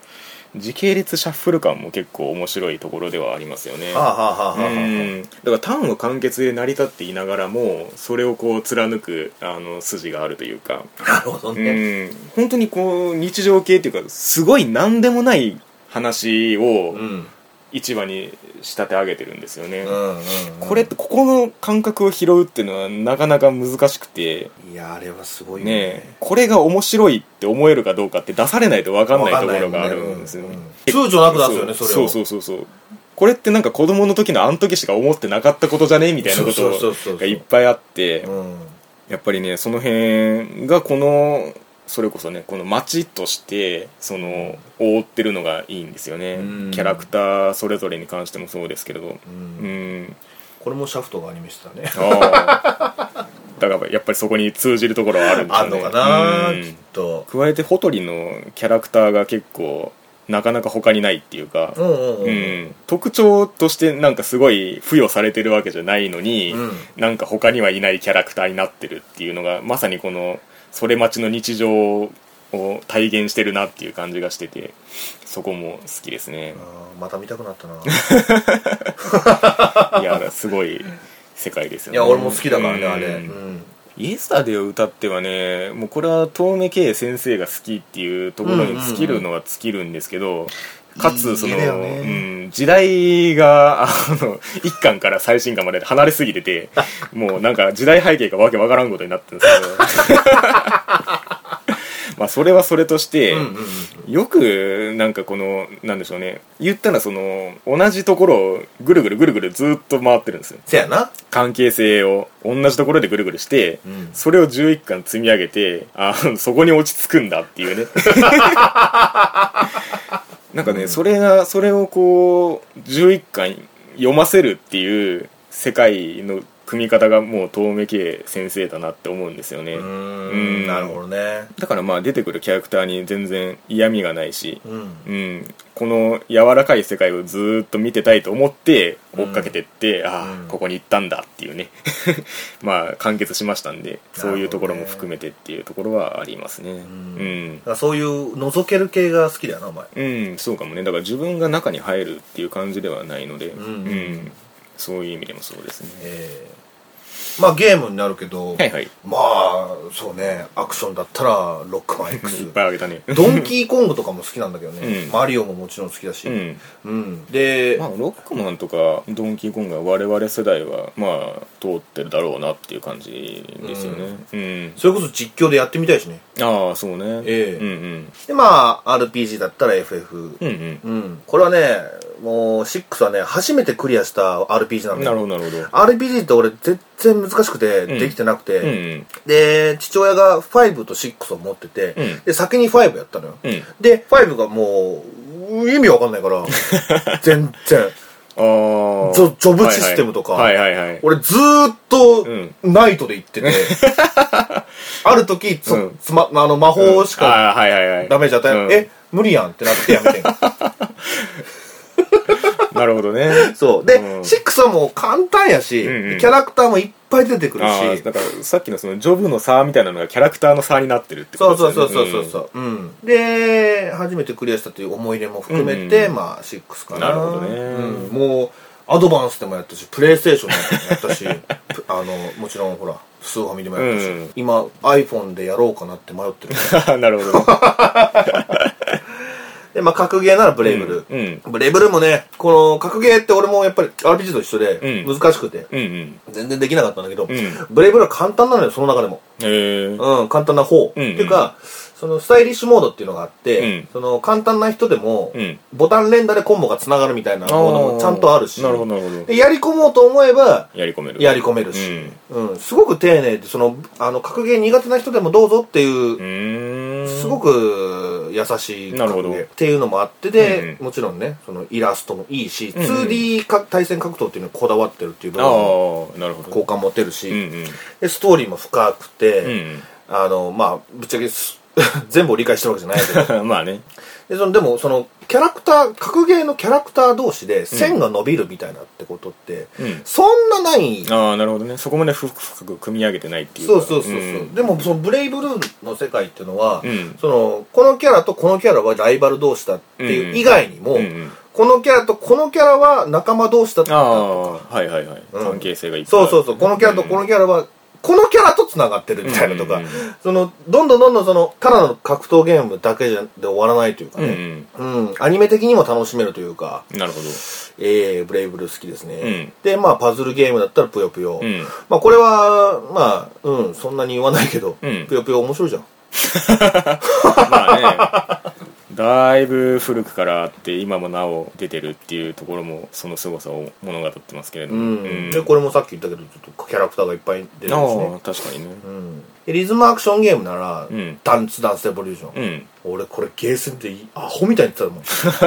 Speaker 1: 時系列シャッフル感も結構面白いところではありますよね
Speaker 2: はあはあはあはあはあ、
Speaker 1: うんだから単を簡潔で成り立っていながらもそれをこう貫くあの筋があるというか
Speaker 2: なるほどね、
Speaker 1: うん本当にこう日常系っていうかすごい何でもない話を
Speaker 2: うん、うん
Speaker 1: 一話に仕立て上げてるんですよね、
Speaker 2: うんうん
Speaker 1: これってここの感覚を拾うっていうのはなかなか難しくて
Speaker 2: いやあれはすごい
Speaker 1: ね
Speaker 2: よね
Speaker 1: これが面白いって思えるかどうかって出されないと分かんない
Speaker 2: わ
Speaker 1: ところ
Speaker 2: もね
Speaker 1: があるんですよ、
Speaker 2: ううん躊躇なく出すよねそれを
Speaker 1: うそうそうそうそうこれってなんか子供の時のあの時しか思ってなかったことじゃねみたいなこ
Speaker 2: そうそうそうそ
Speaker 1: と
Speaker 2: う
Speaker 1: がいっぱいあって
Speaker 2: うん
Speaker 1: やっぱりねその辺がこのそれこそねこの街としてその覆ってるのがいいんですよね
Speaker 2: うん
Speaker 1: キャラクターそれぞれに関してもそうですけれど
Speaker 2: う
Speaker 1: うんん
Speaker 2: これもシャフトがアニメしてたね
Speaker 1: ああだからやっぱりそこに通じるところはあるんです
Speaker 2: あ
Speaker 1: よ
Speaker 2: ん
Speaker 1: ね
Speaker 2: のかな
Speaker 1: うん
Speaker 2: きっと
Speaker 1: 加えてホトリのキャラクターが結構なかなか他にないっていうか
Speaker 2: う、んうん
Speaker 1: う
Speaker 2: うん
Speaker 1: ん、特徴としてなんかすごい付与されてるわけじゃないのに、
Speaker 2: うん
Speaker 1: なんか他にはいないキャラクターになってるっていうのがまさにこのそれ待ちの日常を体現してるなっていう感じがしててそこも好きですね
Speaker 2: あーまた見たくな ったな
Speaker 1: いやすごい世界ですよ
Speaker 2: い
Speaker 1: ね
Speaker 2: や俺も好きだからねあれ
Speaker 1: う
Speaker 2: うんん
Speaker 1: イエスタデーを歌ってはねもうこれは遠目圭先生が好きっていうところに尽きるのは尽きるんですけど、かつその
Speaker 2: いい絵だよね
Speaker 1: うん、時代があの1巻から最新巻まで離れすぎて て もうなんか時代背景がわけわからんことになってるんですけどまあそれはそれとして、
Speaker 2: うんうんうん
Speaker 1: よくなんかこのなんでしょうね言ったらその同じところをぐるぐるぐるぐるずっと回ってるんですよ
Speaker 2: せやな
Speaker 1: 関係性を同じところでぐるぐるして、
Speaker 2: うん
Speaker 1: それを11巻積み上げてあそこに落ち着くんだって いうねなんかね、それがそれをこう11巻読ませるっていう世界の組み方がもう遠目圭先生だなって思うんですよね、
Speaker 2: うー
Speaker 1: うん
Speaker 2: んなるほどね
Speaker 1: だからまあ出てくるキャラクターに全然嫌味がないし、
Speaker 2: うん
Speaker 1: うん、この柔らかい世界をずーっと見てたいと思って追っかけてって、ああ、
Speaker 2: うん
Speaker 1: ここに行ったんだっていうね まあ完結しましたんでそういうところも含めてっていうところはありますねうん
Speaker 2: だからそういう覗ける系が好きだよなお前
Speaker 1: うん、そうかもねだから自分が中に入るっていう感じではないので、うん
Speaker 2: うん
Speaker 1: そういう意味でもそうですね
Speaker 2: えーまあゲームになるけど、
Speaker 1: はいはい
Speaker 2: まあそうねアクションだったらロックマ
Speaker 1: い
Speaker 2: ン
Speaker 1: っ
Speaker 2: X
Speaker 1: ぱいあげたね
Speaker 2: ドンキーコングとかも好きなんだけどね、
Speaker 1: うん
Speaker 2: マリオももちろん好きだし、
Speaker 1: うん
Speaker 2: うんで、
Speaker 1: まあ、ロックマンとかドンキーコングは我々世代はまあ通ってるだろうなっていう感じですよねうん、
Speaker 2: それこそ実況でやってみたいしね
Speaker 1: ああそうね
Speaker 2: ええ
Speaker 1: うん
Speaker 2: でまあ RPG だったら FF
Speaker 1: うんうん
Speaker 2: うん、これはねもう6はね初めてクリアした RPG な
Speaker 1: うんんな
Speaker 2: だ
Speaker 1: るほ
Speaker 2: よ
Speaker 1: どなるほど
Speaker 2: RPG って俺全然難しくて
Speaker 1: ん
Speaker 2: できてなくて、
Speaker 1: うんうん
Speaker 2: で父親が5と6を持ってて、
Speaker 1: うん
Speaker 2: で先に5やったのよ、
Speaker 1: うん
Speaker 2: で5がもう意味わかんないから 全然
Speaker 1: ああ
Speaker 2: ジョジョブシステムとか
Speaker 1: はいはいはいはい
Speaker 2: 俺ずーっと
Speaker 1: うん
Speaker 2: ナイトで 行ってて、ある時つ、
Speaker 1: うん
Speaker 2: つま、あの魔法しか
Speaker 1: ああはいはいはい
Speaker 2: ダメージ与えない、
Speaker 1: うん
Speaker 2: え無理やんってなってや めてん
Speaker 1: なるほど ね
Speaker 2: そうで、
Speaker 1: うん
Speaker 2: 6はもう簡単やし、
Speaker 1: うんうん
Speaker 2: キャラクターもいっぱい出てくる
Speaker 1: ああ
Speaker 2: し
Speaker 1: だからさっきのそのジョブの差みたいなのがキャラクターの差になってるってこ
Speaker 2: そう
Speaker 1: と
Speaker 2: そう
Speaker 1: です
Speaker 2: そ
Speaker 1: よ
Speaker 2: う
Speaker 1: ね
Speaker 2: そうそうそう、うんで初めてクリアしたという思い出も含めて、
Speaker 1: うん
Speaker 2: まあ6かな
Speaker 1: なるほどね
Speaker 2: うん、もうアドバンスでもやったしプレイステーションでもやったし プあのもちろんほらスーファミでもやったし、
Speaker 1: うん
Speaker 2: 今 iPhone でやろうかなって迷 ってる
Speaker 1: うんなるほど
Speaker 2: でまあ格ゲーならブレイブル、
Speaker 1: うんうん
Speaker 2: ブレイブルもねこの格ゲーって俺もやっぱり RPG と一緒で
Speaker 1: うん
Speaker 2: 難しくて、
Speaker 1: うんうん
Speaker 2: 全然できなかったんだけど、
Speaker 1: ん
Speaker 2: ブレイブルは簡単なのよその中でも
Speaker 1: へえ
Speaker 2: うん、簡単な方。
Speaker 1: うんうん
Speaker 2: っていうか、そのスタイリッシュモードっていうのがあって、
Speaker 1: うん
Speaker 2: その簡単な人でも、
Speaker 1: うん
Speaker 2: ボタン連打でコンボがつながるみたいなモードもちゃんとあるし、
Speaker 1: なるほどなるほど
Speaker 2: でやり込もうと思えば、
Speaker 1: やり込める
Speaker 2: やり込めるし、うんすごく丁寧で、その、あの、格ゲー苦手な人でもどうぞっていう、
Speaker 1: うんうーん
Speaker 2: すごく優しい
Speaker 1: なるほ
Speaker 2: 格
Speaker 1: ど
Speaker 2: ゲーっていうのもあってで、
Speaker 1: うんうん
Speaker 2: もちろんね、そのイラストもいいし、
Speaker 1: んうん
Speaker 2: 2D か対戦格闘っていうのにこだわってるっていう部
Speaker 1: あ
Speaker 2: 分も
Speaker 1: あなるほど
Speaker 2: 好感持てるし、
Speaker 1: うんうん
Speaker 2: でストーリーも深くて、
Speaker 1: うん
Speaker 2: あのまあぶっちゃけす 全部を理解してるわけじゃないけど
Speaker 1: うん まあね
Speaker 2: でそのでもそのキャラクター格ゲーのキャラクター同士で線が伸びるみたいなってことって、
Speaker 1: うん
Speaker 2: そんなない、
Speaker 1: ああなるほどねそこまで深く組み上げてないっていうか
Speaker 2: そうそうそうそう、
Speaker 1: ん
Speaker 2: でもそのブレイブルーの世界っていうのは、
Speaker 1: うん
Speaker 2: そのこのキャラとこのキャラはライバル同士だっていう以外にも、
Speaker 1: うんうん
Speaker 2: このキャラとこのキャラは仲間同士だっ
Speaker 1: あ
Speaker 2: た
Speaker 1: あはいはいはい、
Speaker 2: うん
Speaker 1: 関係性がいっぱい
Speaker 2: そうそうそうこのキャラとこ
Speaker 1: の
Speaker 2: のキャラは、このキャラとつながってるみたいなとか、
Speaker 1: うんうんうん
Speaker 2: そのどんどんどんどんそのただの格闘ゲームだけじゃで終わらないというか
Speaker 1: うん、う
Speaker 2: ね、
Speaker 1: ん
Speaker 2: うんアニメ的にも楽しめるというか、
Speaker 1: なるほど
Speaker 2: えー、ブレイブルー好きですね、
Speaker 1: うん
Speaker 2: でまあパズルゲームだったら「ぷよぷよ」
Speaker 1: うん
Speaker 2: まあこれはまあうんそんなに言わないけど「
Speaker 1: うん
Speaker 2: ぷよぷよ」面白いじゃん
Speaker 1: まあね だいぶ古くからあって今もなお出てるっていうところもその凄さを物語ってますけれど
Speaker 2: う
Speaker 1: も、
Speaker 2: ん、でこれもさっき言ったけどちょっとキャラクターがいっぱい出るし
Speaker 1: あ
Speaker 2: ね
Speaker 1: あ確かにね
Speaker 2: うんでリズムアクションゲームなら「
Speaker 1: うん
Speaker 2: ダンツダンスエボリューション」
Speaker 1: うん、
Speaker 2: 俺これゲーセンでいアホみたいに言って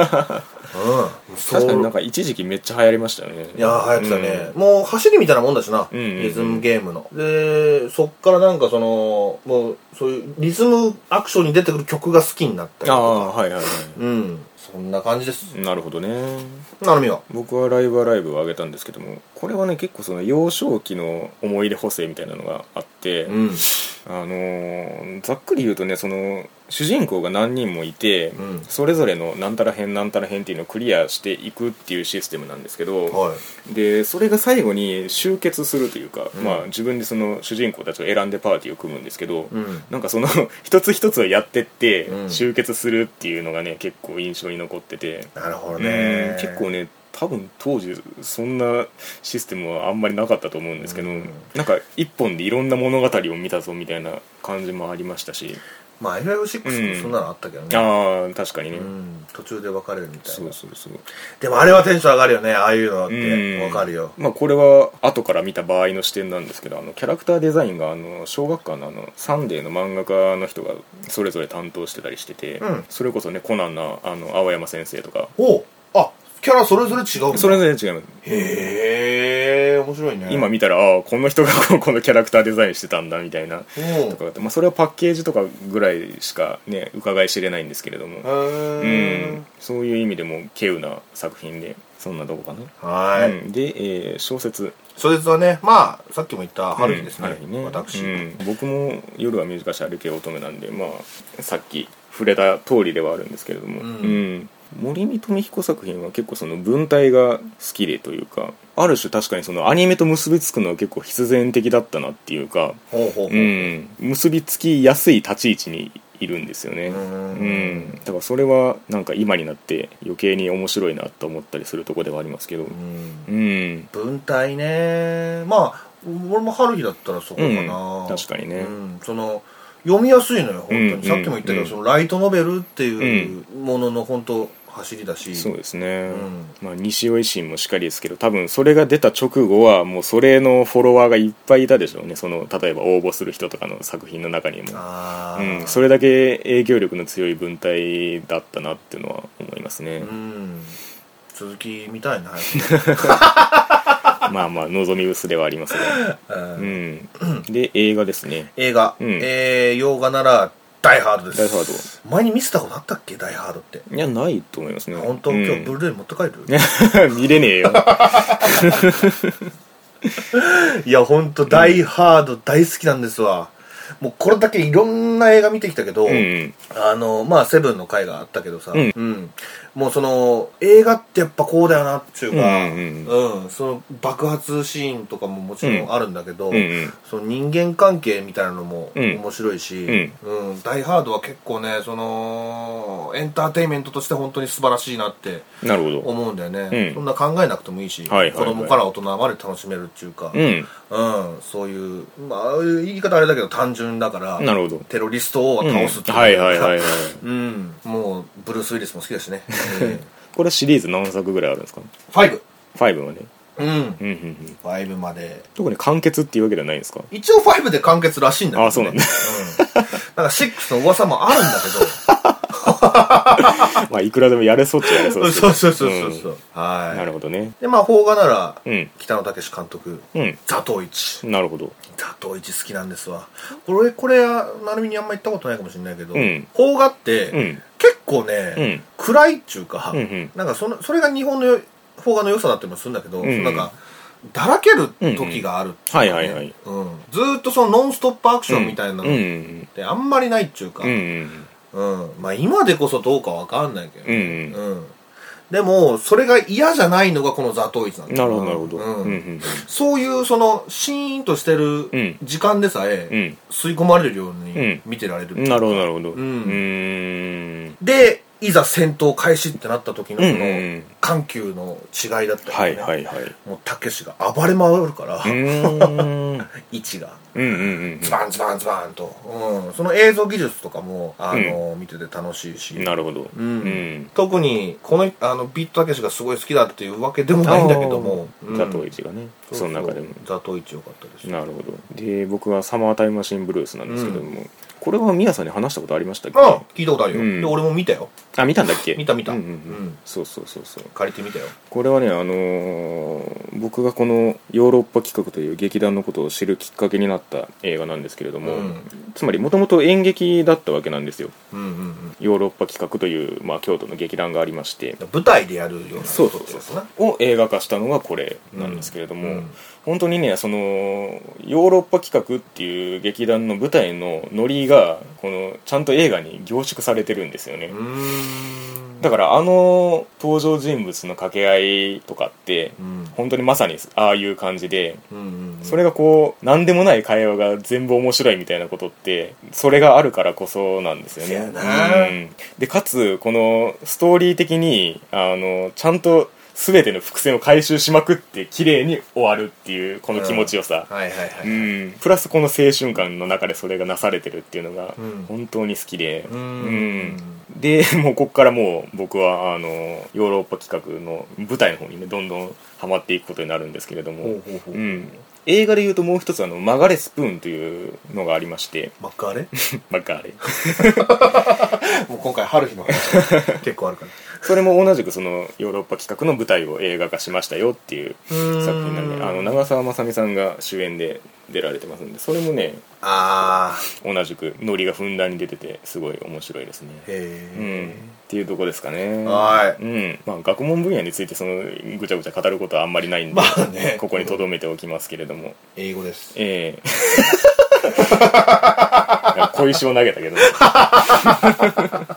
Speaker 2: たもん うんそう
Speaker 1: 確かになんか一時期めっちゃ流行りましたよね
Speaker 2: いやー流行ってたね、もう走りみたいなもんだしな、
Speaker 1: うんうんうん
Speaker 2: リズムゲームのでそっからなんかそのもうそういうリズムアクションに出てくる曲が好きになったり
Speaker 1: ああはいはいは
Speaker 2: うんそんな感じです
Speaker 1: いなるほどね
Speaker 2: なるみは
Speaker 1: 僕は「ライブアライブ」を上げたんですけどもこれはね結構その幼少期の思い出補正みたいなのがあって、
Speaker 2: うん
Speaker 1: あのーざっくり言うとねその主人公が何人もいて、
Speaker 2: うん
Speaker 1: それぞれのなんたら編なんたら編っていうのをクリアしていくっていうシステムなんですけど
Speaker 2: はい
Speaker 1: でそれが最後に集結するというか、
Speaker 2: ん
Speaker 1: まあ、自分でその主人公たちを選んでパーティーを組むんですけど、
Speaker 2: うん
Speaker 1: なんかその一つ一つをやってって
Speaker 2: うん
Speaker 1: 集結するっていうのがね結構印象に残ってて、
Speaker 2: なるほど
Speaker 1: うん
Speaker 2: ね
Speaker 1: 結構ね多分当時そんなシステムはあんまりなかったと思うんですけど、
Speaker 2: うん
Speaker 1: なんか一本でいろんな物語を見たぞみたいな感じもありましたし
Speaker 2: まあ FF6
Speaker 1: うん
Speaker 2: もそんなのあったけどね、うん
Speaker 1: ああ確かにね、
Speaker 2: 途中で別れるみたい
Speaker 1: そ
Speaker 2: な
Speaker 1: うそうそう
Speaker 2: でもあれはテンション上がるよねああいうの
Speaker 1: う
Speaker 2: って
Speaker 1: ん
Speaker 2: わかるよ
Speaker 1: まあこれは後から見た場合の視点なんですけどあのキャラクターデザインがあの小学館のあのサンデーの漫画家の人がそれぞれ担当してたりしてて、
Speaker 2: うん
Speaker 1: それこそねコナンのあの青山先生とか
Speaker 2: おうあキャラそれぞれ違うんだ
Speaker 1: それぞれ違う
Speaker 2: へえ面白いね
Speaker 1: 今見たらああこの人がこのキャラクターデザインしてたんだみたいな
Speaker 2: うん
Speaker 1: とかってまあ、それはパッケージとかぐらいしかね伺い知れないんですけれども、う
Speaker 2: へ
Speaker 1: ん、そういう意味でも稀有な作品でそんなとこかな、
Speaker 2: ーはい、
Speaker 1: うんで、えー小説
Speaker 2: そいつはねまあさっきも言った春日ですね,、
Speaker 1: うん春日
Speaker 2: 私、
Speaker 1: うん僕も「夜は短し歩け乙女」なんで、まあ、さっき触れた通りではあるんですけれども、
Speaker 2: うん
Speaker 1: うん森見富彦作品は結構その文体が好きでというかある種確かにそのアニメと結びつくのは結構必然的だったなっていうか、
Speaker 2: ほうほうほう、
Speaker 1: うん、結びつきやすい立ち位置にいるんですよね
Speaker 2: うん
Speaker 1: うんだからそれはなんか今になって余計に面白いなと思ったりするとこではありますけど
Speaker 2: うん
Speaker 1: うん
Speaker 2: 文体ねまあ俺も春日だったらそこかな、
Speaker 1: うん確かにね
Speaker 2: うんその読みやすいのよ本当に、
Speaker 1: うん
Speaker 2: さっきも言ったけど、
Speaker 1: うん
Speaker 2: そのライトノベルっていうものの本当走りだし、
Speaker 1: そうですね、
Speaker 2: うん
Speaker 1: まあ、西尾維新もしかりですけど多分それが出た直後はもうそれのフォロワーがいっぱいいたでしょうねその例えば応募する人とかの作品の中にも、
Speaker 2: ああ、
Speaker 1: うん、それだけ影響力の強い文体だったなっていうのは思いますね
Speaker 2: う、ん続き見たいな早く
Speaker 1: まあまあ望み薄ではありますが、
Speaker 2: うん
Speaker 1: うん、で映画ですね
Speaker 2: 映画、
Speaker 1: うん
Speaker 2: えー洋画なら「ダイハード」です
Speaker 1: ダイハー
Speaker 2: 前に見せたことあったっけ「ダイハード」って
Speaker 1: いやないと思いますね
Speaker 2: 本当、
Speaker 1: うん
Speaker 2: 今日ブルーレイ持って帰 る
Speaker 1: 見れねえ よ
Speaker 2: いや本当ダイハード大好きなんですわ、もうこれだけいろんな映画見てきたけど、
Speaker 1: うん
Speaker 2: あのまあセブンの回があったけどさ、
Speaker 1: うん
Speaker 2: もうその映画ってやっぱこうだよなっていうか、
Speaker 1: うんうん
Speaker 2: うんその爆発シーンとかももちろんあるんだけど、
Speaker 1: うんうん
Speaker 2: その人間関係みたいなのも
Speaker 1: うん
Speaker 2: 面白いし、
Speaker 1: うん
Speaker 2: うんダイ・ハードは結構ねそのエンターテインメントとして本当に素晴らしいなって
Speaker 1: なるほど
Speaker 2: 思うんだよね、
Speaker 1: うん
Speaker 2: そんな考えなくてもいいし、
Speaker 1: はいはいはい
Speaker 2: 子供から大人まで楽しめるっていうか、
Speaker 1: うん
Speaker 2: うんそういう、まあ、言い方あれだけど単純だから
Speaker 1: なるほど
Speaker 2: テロリストを倒すっていう、
Speaker 1: はいはいはい はい
Speaker 2: うん、もうブルース・ウィリスも好きだしね、
Speaker 1: これシリーズ何作ぐらいあるんですか
Speaker 2: ファイブ
Speaker 1: 5まで
Speaker 2: うん
Speaker 1: うんうんうん
Speaker 2: ファイブまで
Speaker 1: 特に完結っていうわけではないんですか
Speaker 2: 一応ファイブで完結らしいんだけど、ね、
Speaker 1: あそうなんだ
Speaker 2: うん、なんか6の噂もあるんだけ
Speaker 1: まあいくらでもやれそうっちゃやれそう
Speaker 2: ど
Speaker 1: ですけ
Speaker 2: そ
Speaker 1: ど
Speaker 2: うそうそうそうそう、
Speaker 1: うんな
Speaker 2: は
Speaker 1: るほどね
Speaker 2: いでまあ邦画なら、
Speaker 1: うん
Speaker 2: 北野武監督
Speaker 1: うん
Speaker 2: ザトウイチ
Speaker 1: なるほど
Speaker 2: ザトウイチ好きなんですわこれこれなるみにあんま行ったことないかもしれないけど、
Speaker 1: うん
Speaker 2: 邦画って、
Speaker 1: うん
Speaker 2: 結構ね、
Speaker 1: うん
Speaker 2: 暗いっちゅうか、
Speaker 1: うんうん
Speaker 2: なんかそのそれが日本のよ邦画の良さだったりもするんだけど、
Speaker 1: うんうん
Speaker 2: なんかだらける時があるってうかね
Speaker 1: うんうんはいはいはい
Speaker 2: うんずーっとそのノンストップアクションみたいなの
Speaker 1: うんう
Speaker 2: っ
Speaker 1: ん
Speaker 2: てあんまりないっちゅうか、
Speaker 1: うんうん
Speaker 2: うんまあ、今でこそどうかわかんないけど
Speaker 1: うんう
Speaker 2: ね、
Speaker 1: ん
Speaker 2: うんでもそれが嫌じゃないのがこの「ザ・トイツ」なんだ
Speaker 1: なるほどなるほど
Speaker 2: うん
Speaker 1: うんうん
Speaker 2: そういうそのシーンとして
Speaker 1: うん
Speaker 2: る時間でさえ、
Speaker 1: うん
Speaker 2: 吸い込まれるように
Speaker 1: ん
Speaker 2: 見てられる、
Speaker 1: なるほどなるほどうんーん
Speaker 2: でいざ戦闘開始ってなった時のそ
Speaker 1: う
Speaker 2: の、
Speaker 1: んうんうん
Speaker 2: 緩急の違いだったりとか
Speaker 1: は
Speaker 2: ね
Speaker 1: いはいはい
Speaker 2: もうたけしが暴れ回るから、
Speaker 1: うーん
Speaker 2: 位置が
Speaker 1: うんうんうん
Speaker 2: ズバンズバンズバンと、うん、その映像技術とかも、あの見てて楽しいし
Speaker 1: うんなるほど
Speaker 2: う
Speaker 1: うんん
Speaker 2: 特にこのあのビートたけしがすごい好きだっていうわけでもないんだけどもうん
Speaker 1: ザトウイチがね
Speaker 2: うう
Speaker 1: その中でも
Speaker 2: ザトウイチ良かったです
Speaker 1: なるほどで僕は「サマータイムマシンブルース」なんですけども、これはミヤさんに話したことありましたっけ
Speaker 2: ああ聞いたことあるよ、
Speaker 1: うん
Speaker 2: で俺も見たよ
Speaker 1: あ見たんだっけ
Speaker 2: 見た見た
Speaker 1: うんうんう
Speaker 2: うんん、
Speaker 1: そうそうそうそう
Speaker 2: 借りてみたよ
Speaker 1: これはねあのー僕がこのヨーロッパ企画という劇団のことを知るきっかけになった映画なんですけれども、
Speaker 2: うん
Speaker 1: つまりもともと演劇だったわけなんですよ
Speaker 2: うんうんうん
Speaker 1: ヨーロッパ企画という、まあ、京都の劇団がありまして
Speaker 2: 舞台でやるような
Speaker 1: そう
Speaker 2: こ
Speaker 1: そう
Speaker 2: と
Speaker 1: そう
Speaker 2: ですな
Speaker 1: を映画化したのがこれなんですけれども、
Speaker 2: うんうん
Speaker 1: 本当にねそのヨーロッパ企画っていう劇団の舞台のノリがこのちゃんと映画に凝縮されてるんですよね、
Speaker 2: うーん
Speaker 1: だからあの登場人物の掛け合いとかって、
Speaker 2: うん
Speaker 1: 本当にまさにああいう感じで
Speaker 2: うんうん
Speaker 1: それがこう何でもない会話が全部面白いみたいなことってそれがあるからこそなんですよ
Speaker 2: そ
Speaker 1: ね
Speaker 2: やな
Speaker 1: うんでかつこのストーリー的にあのちゃんと全ての伏線を回収しまくって綺麗に終わるっていうこの気持ちよさ、
Speaker 2: はいはいはい、
Speaker 1: うん、プラスこの青春感の中でそれがなされてるっていうのが
Speaker 2: うん
Speaker 1: 本当に好きで、
Speaker 2: うん
Speaker 1: うんでもうここからもう僕はあのヨーロッパ企画の舞台の方にねどんどんハマっていくことになるんですけれども、
Speaker 2: ほうほうほう
Speaker 1: うん、映画で言うともう一つあの「曲がれスプーン」というのがありまして
Speaker 2: マッカーレ
Speaker 1: まあガレ
Speaker 2: もう今回春日の話 結構あるから
Speaker 1: それも同じくそのヨーロッパ企画の舞台を映画化しましたよっていう
Speaker 2: うん
Speaker 1: 作品なんであの長澤まさみさんが主演で出られてますんでそれもね
Speaker 2: あ
Speaker 1: 同じくノリがふんだんに出ててすごい面白いですね
Speaker 2: ーへ
Speaker 1: う
Speaker 2: え、
Speaker 1: んっていうとこですかね
Speaker 2: はい
Speaker 1: うんまあ、学問分野についてそのぐちゃぐちゃ語ることはあんまりないんで、
Speaker 2: まあね
Speaker 1: ここにとどめておきますけれども
Speaker 2: 英語です
Speaker 1: ええいや小石を投げた けど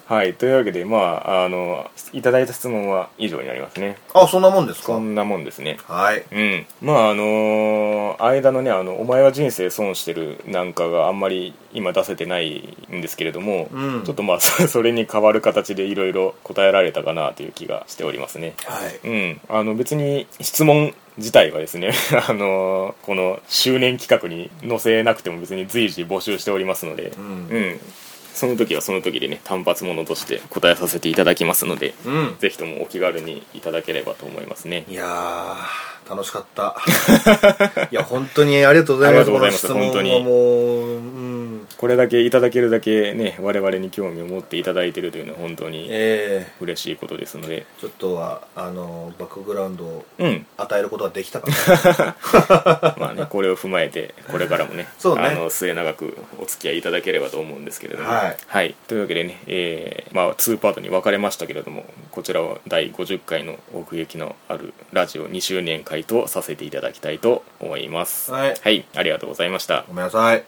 Speaker 1: はいというわけでまああのいただいた質問は以上になりますね
Speaker 2: あそんなもんですか
Speaker 1: こんなもんですね
Speaker 2: はい
Speaker 1: うん、まああのー間のねあの「お前は人生損してる」なんかがあんまり今出せてないんですけれども、
Speaker 2: うん
Speaker 1: ちょっとまあそ それに変わる形でいろいろ答えられたかなという気がしておりますね
Speaker 2: はい
Speaker 1: うんあの別に質問自体はですね あのーこの周年企画に載せなくても別に随時募集しておりますので
Speaker 2: ん
Speaker 1: うん、その時はその時でね単発ものとして答えさせていただきますので
Speaker 2: うん
Speaker 1: ぜひともお気軽にいただければと思いますね
Speaker 2: いやー楽しかったいや本当にありがとうございま
Speaker 1: あ
Speaker 2: す
Speaker 1: りがとうございます
Speaker 2: この質
Speaker 1: 本
Speaker 2: 問
Speaker 1: 当に
Speaker 2: はもう、うん、
Speaker 1: これだけいただけるだけね我々に興味を持っていただいてるというのは本当に
Speaker 2: え
Speaker 1: 嬉しいことですので
Speaker 2: ー、ちょっとはあのバックグラウンドを
Speaker 1: うん
Speaker 2: 与えることができたかな
Speaker 1: まあねこれを踏まえてこれからもね
Speaker 2: そうね
Speaker 1: あの末永くお付き合いいただければと思うんですけれども
Speaker 2: はい、
Speaker 1: というわけでね、えーまあ、2パートに分かれましたけれどもこちらを第50回の奥行きのあるラジオ2周年回とさせていただきたいと思います
Speaker 2: はい
Speaker 1: はい、ありがとうございました
Speaker 2: ごめんなさい